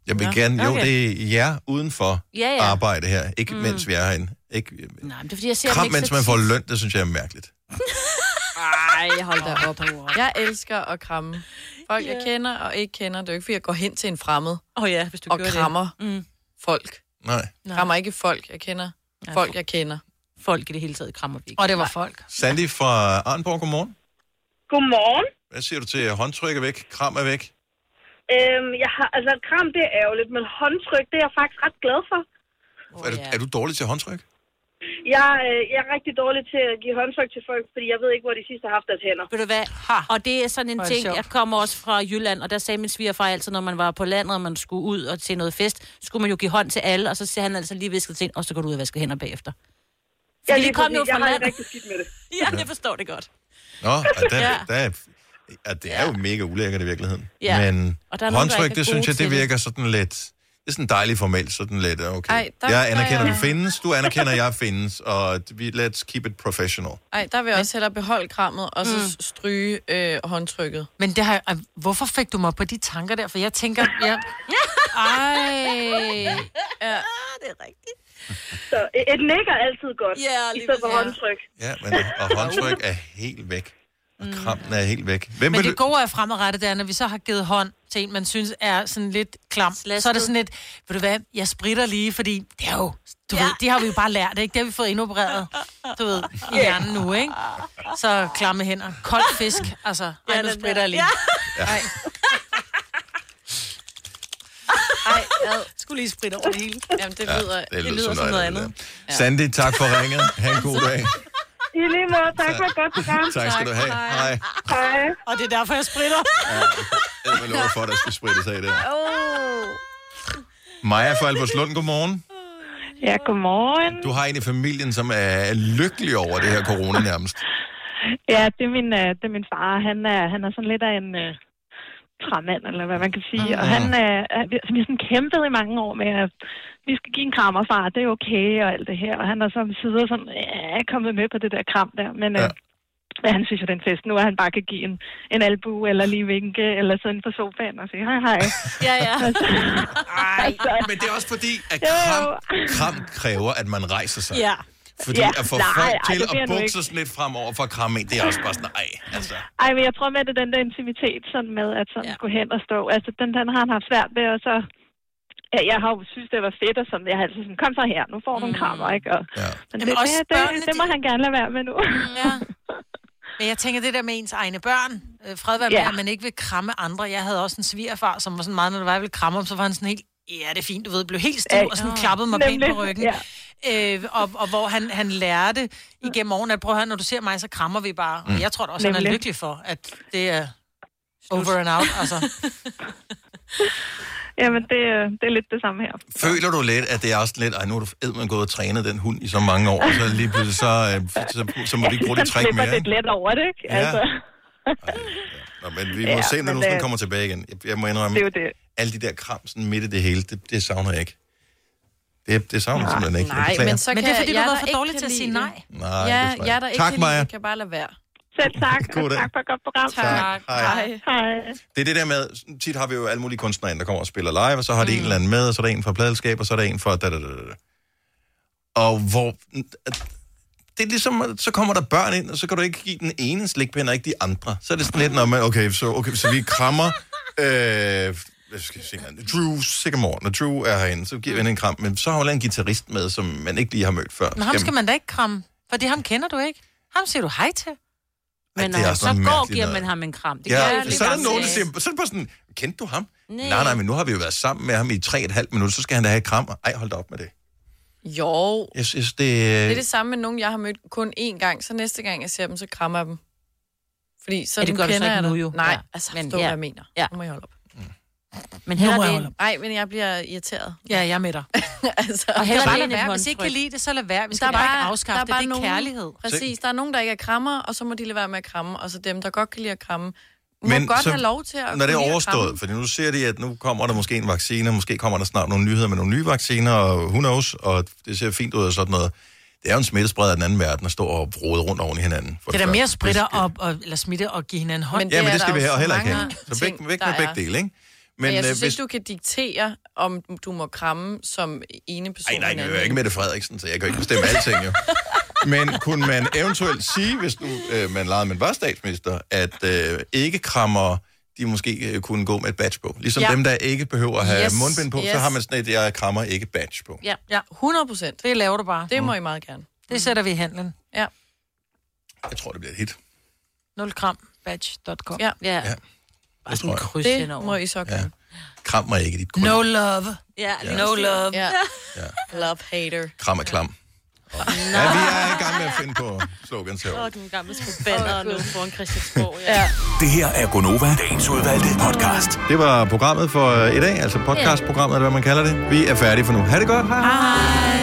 [SPEAKER 1] Jeg vil
[SPEAKER 4] Nå,
[SPEAKER 1] gerne, jo,
[SPEAKER 4] okay.
[SPEAKER 1] det er jer uden for
[SPEAKER 4] Ja, ja.
[SPEAKER 1] arbejde her. Ikke
[SPEAKER 4] Mm.
[SPEAKER 1] mens vi er herinde. Ikke,
[SPEAKER 4] Nej, men det er fordi, jeg ser
[SPEAKER 1] kram,
[SPEAKER 4] dem ikke
[SPEAKER 1] mens
[SPEAKER 4] så
[SPEAKER 1] man får
[SPEAKER 4] tit.
[SPEAKER 1] løn, det synes jeg er mærkeligt.
[SPEAKER 3] Ej, hold da op. Jeg elsker at kramme. Folk, jeg kender og ikke kender. Det er jo ikke, fordi jeg går hen til en fremmed
[SPEAKER 4] oh, ja, hvis du
[SPEAKER 3] og
[SPEAKER 4] gjorde det.
[SPEAKER 3] krammer Mm. folk.
[SPEAKER 1] Nej.
[SPEAKER 3] Nej. Krammer ikke folk, jeg kender. Folk, jeg kender.
[SPEAKER 4] Folk i det hele taget krammer vi ikke.
[SPEAKER 3] Og det var folk.
[SPEAKER 1] Sandy fra Arnborg, godmorgen.
[SPEAKER 18] Godmorgen.
[SPEAKER 1] Hvad siger du til håndtryk er væk, kram er væk?
[SPEAKER 18] Øhm, jeg har, altså, kram, det er ærgerligt, men håndtryk, det er jeg faktisk ret glad for.
[SPEAKER 1] Oh, er, du, er du dårlig til håndtryk?
[SPEAKER 18] Jeg, øh, jeg er rigtig dårlig til at give håndtryk til folk, fordi jeg ved ikke, hvor de sidste har haft deres hænder.
[SPEAKER 4] Ved du hvad? Ha. Og det er sådan en
[SPEAKER 18] Hvor er det
[SPEAKER 4] ting,
[SPEAKER 18] sjovt.
[SPEAKER 4] jeg kommer også fra Jylland, og der sagde min svigerfar altid, når man var på landet, og man skulle ud og til noget fest, skulle man jo give hånd til alle, og så siger han altså lige visket til en, og så går du ud og vasker hænder bagefter. Fordi
[SPEAKER 18] lige
[SPEAKER 4] vi kom
[SPEAKER 18] præcis.
[SPEAKER 4] jo fra
[SPEAKER 18] jeg har det
[SPEAKER 4] landet.
[SPEAKER 18] rigtig skidt med det.
[SPEAKER 4] Ja, jeg forstår det godt.
[SPEAKER 1] Nå, og der,
[SPEAKER 4] Ja.
[SPEAKER 1] ja. der, ja, det er jo mega ulækkert i virkeligheden.
[SPEAKER 3] Ja.
[SPEAKER 1] Men
[SPEAKER 3] Og der er nogen, der
[SPEAKER 1] håndtryk,
[SPEAKER 3] ikke er
[SPEAKER 1] det synes
[SPEAKER 3] gode
[SPEAKER 1] jeg, det
[SPEAKER 3] til det.
[SPEAKER 1] virker sådan lidt... Det er sådan dejligt formelt, sådan lidt, okay.
[SPEAKER 3] Ej, der-
[SPEAKER 1] jeg anerkender,
[SPEAKER 3] der er-
[SPEAKER 1] du findes, du anerkender, jeg findes, og vi, let's keep it professional.
[SPEAKER 3] Ej, der vil jeg også hellere beholde krammet, og så mm. stryge øh, håndtrykket.
[SPEAKER 2] Men det har, ej, hvorfor fik du mig på de tanker der? For jeg tænker, jeg... Ej.
[SPEAKER 3] Ja.
[SPEAKER 18] det er rigtigt. Så et- et nik er altid godt,
[SPEAKER 3] Ja,
[SPEAKER 18] i
[SPEAKER 3] lige
[SPEAKER 18] stedet for
[SPEAKER 2] præcis.
[SPEAKER 18] håndtryk.
[SPEAKER 1] Ja, men og håndtryk er helt væk.
[SPEAKER 3] Mm.
[SPEAKER 1] Og krammen er helt væk. Hvem
[SPEAKER 2] Men
[SPEAKER 1] vil
[SPEAKER 2] det
[SPEAKER 1] du...
[SPEAKER 2] gode er fremadrettet, det er, når vi så har givet hånd til en, man synes er sådan lidt klam. Så er det sådan lidt, ved du hvad, jeg spritter lige, fordi det er jo, du ja. ved, det har vi jo bare lært, ikke? Det har vi fået indopereret, du ved, i hjernen nu, ikke? Så klamme hænder. Kold fisk, altså. Ej, nu spritter jeg lige.
[SPEAKER 1] Ja.
[SPEAKER 2] Ej. Ej, ad. Skulle lige spritte over det hele.
[SPEAKER 3] Jamen, det
[SPEAKER 1] Ja,
[SPEAKER 3] lyder,
[SPEAKER 1] det
[SPEAKER 3] det lyder,
[SPEAKER 1] lyder
[SPEAKER 3] det lyder
[SPEAKER 1] som
[SPEAKER 3] som
[SPEAKER 1] noget
[SPEAKER 3] noget
[SPEAKER 1] andet,
[SPEAKER 3] andet.
[SPEAKER 1] Sandy, tak for ringet. Ha' en god dag.
[SPEAKER 18] I lige måde, tak for et godt program.
[SPEAKER 1] Tak skal du have. Hej.
[SPEAKER 18] Hej.
[SPEAKER 2] Og det er derfor, jeg spritter.
[SPEAKER 1] Jeg vil love for, at der skal sprittes af der.
[SPEAKER 19] Oh.
[SPEAKER 1] Maja fra Albertslund, godmorgen.
[SPEAKER 19] Ja, godmorgen.
[SPEAKER 1] Du har en i familien, som er lykkelig over det her corona nærmest.
[SPEAKER 19] Ja, det er min, øh, det er min far. Han er, han er sådan lidt af en uh, træmand, eller hvad man kan sige.
[SPEAKER 2] Ah.
[SPEAKER 19] Og han øh, er, vi- vi har sådan kæmpet i mange år med, at vi skal give en krammer, far, det er okay, og alt det her. Og han er så sidder sådan, ja, er kommet med på det der kram der. Men, ja. men han synes jo, den fest nu, at han bare kan give en, en albu, eller lige vinke, Øh, eller sidde inde på sofaen og sige, hej, hej.
[SPEAKER 4] ja, ja.
[SPEAKER 1] Ej, men det er også fordi, at
[SPEAKER 19] Jo, jo.
[SPEAKER 1] kram, kram kræver, at man rejser sig.
[SPEAKER 19] Ja.
[SPEAKER 1] Fordi
[SPEAKER 19] Ja,
[SPEAKER 1] at få
[SPEAKER 19] nej, ej,
[SPEAKER 1] folk
[SPEAKER 19] det
[SPEAKER 1] til
[SPEAKER 19] bliver
[SPEAKER 1] at
[SPEAKER 19] nu
[SPEAKER 1] bukke
[SPEAKER 19] ikke.
[SPEAKER 1] sig sådan lidt fremover for at kramme en, det er også bare sådan, nej, altså.
[SPEAKER 19] Ej, men jeg tror med, at det er den der intimitet sådan med, at sådan ja. skulle hen og stå. Altså, den, den har han haft svært ved, og så... Ja, jeg har jo synes, det var fedt, og sådan, jeg har altid sådan, kom så her, nu får du
[SPEAKER 18] Mm.
[SPEAKER 19] en krammer, ikke? Og,
[SPEAKER 1] ja.
[SPEAKER 19] Men det,
[SPEAKER 2] Jamen, også
[SPEAKER 19] det, det,
[SPEAKER 2] børnene,
[SPEAKER 19] det, må han gerne lade være med nu.
[SPEAKER 2] Mm, Ja. Men jeg tænker, det der med ens egne børn, øh, fred være med,
[SPEAKER 19] Ja.
[SPEAKER 2] at man ikke vil kramme andre. Jeg havde også en svigerfar, som var sådan meget, når det var, jeg ville kramme ham, så var han sådan helt, ja, det er fint, du ved, blev helt stiv,
[SPEAKER 19] Ja.
[SPEAKER 2] og sådan klappede mig pænt
[SPEAKER 19] Nemlig,
[SPEAKER 2] på ryggen. Ja. Øh, og, og, hvor han, han lærte igennem årene, at prøv at høre, når du ser mig, så krammer vi bare. Og jeg tror da også, han er
[SPEAKER 19] Nemlig.
[SPEAKER 2] lykkelig for, at det er over and out, altså.
[SPEAKER 19] Jamen, det, øh, det er lidt det samme her.
[SPEAKER 1] Føler du lidt, at det er også lidt, ej, nu er du man gået og trænet den hund i så mange år, så lige pludselig, så, øh, så, så må du ikke bruge det
[SPEAKER 19] han
[SPEAKER 1] træk
[SPEAKER 19] slipper
[SPEAKER 1] mere.
[SPEAKER 19] lidt
[SPEAKER 1] Ikke?
[SPEAKER 19] let over det, ikke?
[SPEAKER 1] Ja.
[SPEAKER 19] Altså,
[SPEAKER 1] Nå, men vi må
[SPEAKER 19] Ja,
[SPEAKER 1] se, når
[SPEAKER 19] men
[SPEAKER 1] du
[SPEAKER 19] det-
[SPEAKER 1] sådan kommer tilbage igen. Jeg, jeg må indrømme,
[SPEAKER 19] det er jo det.
[SPEAKER 1] alle de der kram sådan midt i det hele, det, det savner jeg ikke. Det, det savner jeg simpelthen ikke. Jeg
[SPEAKER 3] Ah, Nej,
[SPEAKER 1] beklager.
[SPEAKER 3] men så kan
[SPEAKER 2] Men det er, fordi du
[SPEAKER 3] jeg,
[SPEAKER 2] har været
[SPEAKER 3] der
[SPEAKER 2] for
[SPEAKER 3] ikke
[SPEAKER 2] dårlig
[SPEAKER 3] kan
[SPEAKER 2] til at
[SPEAKER 3] lide
[SPEAKER 2] sige
[SPEAKER 3] det.
[SPEAKER 2] nej.
[SPEAKER 1] Nej,
[SPEAKER 3] ja,
[SPEAKER 1] det forstår jeg.
[SPEAKER 3] jeg der ikke
[SPEAKER 1] Tak,
[SPEAKER 3] kan lide
[SPEAKER 1] Maja.
[SPEAKER 3] det, kan bare lade være.
[SPEAKER 19] Selv tak,
[SPEAKER 1] God dag. tak
[SPEAKER 19] for et godt program.
[SPEAKER 1] Tak. Hej.
[SPEAKER 19] Hej. Hej.
[SPEAKER 1] Det er det der med, tit har vi jo alle mulige kunstnere ind, der kommer og spiller live, og så har de en eller anden med, og så er der en fra pladelskab, og så er der en fra da, da, da, da. Og hvor... Det er ligesom, at så kommer der børn ind, og så kan du ikke give den ene slikpind, og ikke de andre. Så er det sådan lidt, når man, okay, så, okay, så vi krammer... Øh, hvad skal jeg sige, Drew Sigamore, når Drew er herinde, så giver vi hende en kram, men så har hun en guitarist med, som man ikke lige har mødt før.
[SPEAKER 2] Men ham skal man da ikke kramme, for det ham kender du ikke. Ham siger du hej til.
[SPEAKER 1] Ej,
[SPEAKER 4] Men når
[SPEAKER 1] det er
[SPEAKER 4] han
[SPEAKER 1] også
[SPEAKER 4] så
[SPEAKER 1] noget
[SPEAKER 4] går,
[SPEAKER 1] mærkeligt
[SPEAKER 4] giver
[SPEAKER 1] noget.
[SPEAKER 4] man ham en kram. Det gør jeg
[SPEAKER 1] Ja,
[SPEAKER 4] lidt
[SPEAKER 1] så er der
[SPEAKER 4] ganske
[SPEAKER 1] nogen, der
[SPEAKER 4] af.
[SPEAKER 1] siger, så er det bare sådan, kendte du ham?
[SPEAKER 4] Nej.
[SPEAKER 1] Nej. nej, nej, men nu har vi jo været sammen med ham i tre og et halvt minut, så skal han da have et kram. Ej, hold da op med det.
[SPEAKER 3] Jo,
[SPEAKER 1] Jeg synes, det... øh,
[SPEAKER 3] det er det samme med nogen, jeg har mødt kun én gang, så næste gang, jeg ser dem, så krammer jeg dem. Fordi så
[SPEAKER 4] Ja, det gør vi så
[SPEAKER 3] kender
[SPEAKER 4] ikke
[SPEAKER 3] jeg dig.
[SPEAKER 4] nu jo.
[SPEAKER 3] Nej,
[SPEAKER 4] Ja.
[SPEAKER 3] altså,
[SPEAKER 4] Men
[SPEAKER 3] forstå,
[SPEAKER 4] ja.
[SPEAKER 3] hvad jeg mener.
[SPEAKER 4] Ja.
[SPEAKER 3] Nu må jeg holde op.
[SPEAKER 4] Men heller
[SPEAKER 3] Nu må
[SPEAKER 4] det
[SPEAKER 3] jeg
[SPEAKER 4] end-
[SPEAKER 3] holde op. Nej, men jeg bliver irriteret.
[SPEAKER 2] Ja, jeg er med dig.
[SPEAKER 3] altså, der er
[SPEAKER 2] Og heller
[SPEAKER 3] bare
[SPEAKER 2] det end
[SPEAKER 3] lade
[SPEAKER 2] et
[SPEAKER 3] være.
[SPEAKER 2] håndtryk. Hvis I ikke kan lide det, så lad være. Vi skal
[SPEAKER 3] Der er
[SPEAKER 2] bare
[SPEAKER 3] bare-
[SPEAKER 2] ikke afskaffe
[SPEAKER 3] der
[SPEAKER 2] det.
[SPEAKER 3] bare
[SPEAKER 2] Det er kærlighed.
[SPEAKER 3] Præcis, der er nogen, der ikke er krammer, og så må de lade være med at kramme, og så dem, der godt kan lide at kramme, må
[SPEAKER 1] Men
[SPEAKER 3] godt
[SPEAKER 1] så-
[SPEAKER 3] have lov til at
[SPEAKER 1] Når det
[SPEAKER 3] kunne
[SPEAKER 1] er
[SPEAKER 3] lide at kramme.
[SPEAKER 1] overstået, for nu ser de, at nu kommer der måske en vaccine, og måske kommer der snart nogle nyheder med nogle nye vacciner, og who knows, og det ser fint ud og sådan noget. Det er jo en smittespreder af den anden verden at stå og rode rundt oven i hinanden. for
[SPEAKER 2] Det er da
[SPEAKER 1] første.
[SPEAKER 2] mere spritter og, og, eller smitte og give hinanden hånd.
[SPEAKER 3] Men
[SPEAKER 1] Ja,
[SPEAKER 3] er
[SPEAKER 1] men det
[SPEAKER 3] der
[SPEAKER 1] skal vi
[SPEAKER 3] jo
[SPEAKER 1] have,
[SPEAKER 3] så
[SPEAKER 1] og heller ikke
[SPEAKER 3] mange
[SPEAKER 1] have. Så
[SPEAKER 3] ting,
[SPEAKER 1] væk, væk
[SPEAKER 3] der
[SPEAKER 1] med
[SPEAKER 3] er.
[SPEAKER 1] begge dele, ikke?
[SPEAKER 3] Men, men jeg synes
[SPEAKER 1] øh, hvis...
[SPEAKER 3] ikke, du kan diktere, om du må kramme som ene person.
[SPEAKER 1] Ej, nej,
[SPEAKER 3] en
[SPEAKER 1] jeg
[SPEAKER 3] anden.
[SPEAKER 1] er ikke Mette Frederiksen, så jeg kan jo ikke bestemme alting, jo. Men kunne man eventuelt sige, hvis nu øh, man legede, man var statsminister, at øh, ikke krammer de måske øh, kunne gå med et badge på. Ligesom
[SPEAKER 2] Ja.
[SPEAKER 1] ja. dem, der ikke behøver at have
[SPEAKER 2] Yes,
[SPEAKER 1] yes. mundbind på, yes.
[SPEAKER 2] yes.
[SPEAKER 1] så har man sådan et, jeg krammer ikke badge på.
[SPEAKER 2] Ja, ja 100 procent. Det laver du bare.
[SPEAKER 3] Det må I meget gerne.
[SPEAKER 2] Det sætter vi i handlen. Ja.
[SPEAKER 1] Jeg tror, det bliver et hit.
[SPEAKER 2] 0grambatch.com.
[SPEAKER 3] Ja.
[SPEAKER 4] ja.
[SPEAKER 1] Ja. Bare sådan
[SPEAKER 4] kryds
[SPEAKER 3] Det må I så gøre. Ja.
[SPEAKER 1] Kram mig ikke i dit kryds.
[SPEAKER 2] No love.
[SPEAKER 4] Ja,
[SPEAKER 1] Ja.
[SPEAKER 4] no love.
[SPEAKER 3] Ja. Love hater.
[SPEAKER 1] Kram er klam. Ja, vi er i gang med at finde på slogans herovre.
[SPEAKER 4] den gamle spænder og nu foran Christiansborg. Ja.
[SPEAKER 1] Det her er Gonova, dagens udvalgte podcast. Det var programmet for øh, i dag, altså podcastprogrammet, eller hvad man kalder det. Vi er færdige for nu. Ha' det godt. Hej.
[SPEAKER 4] Hej.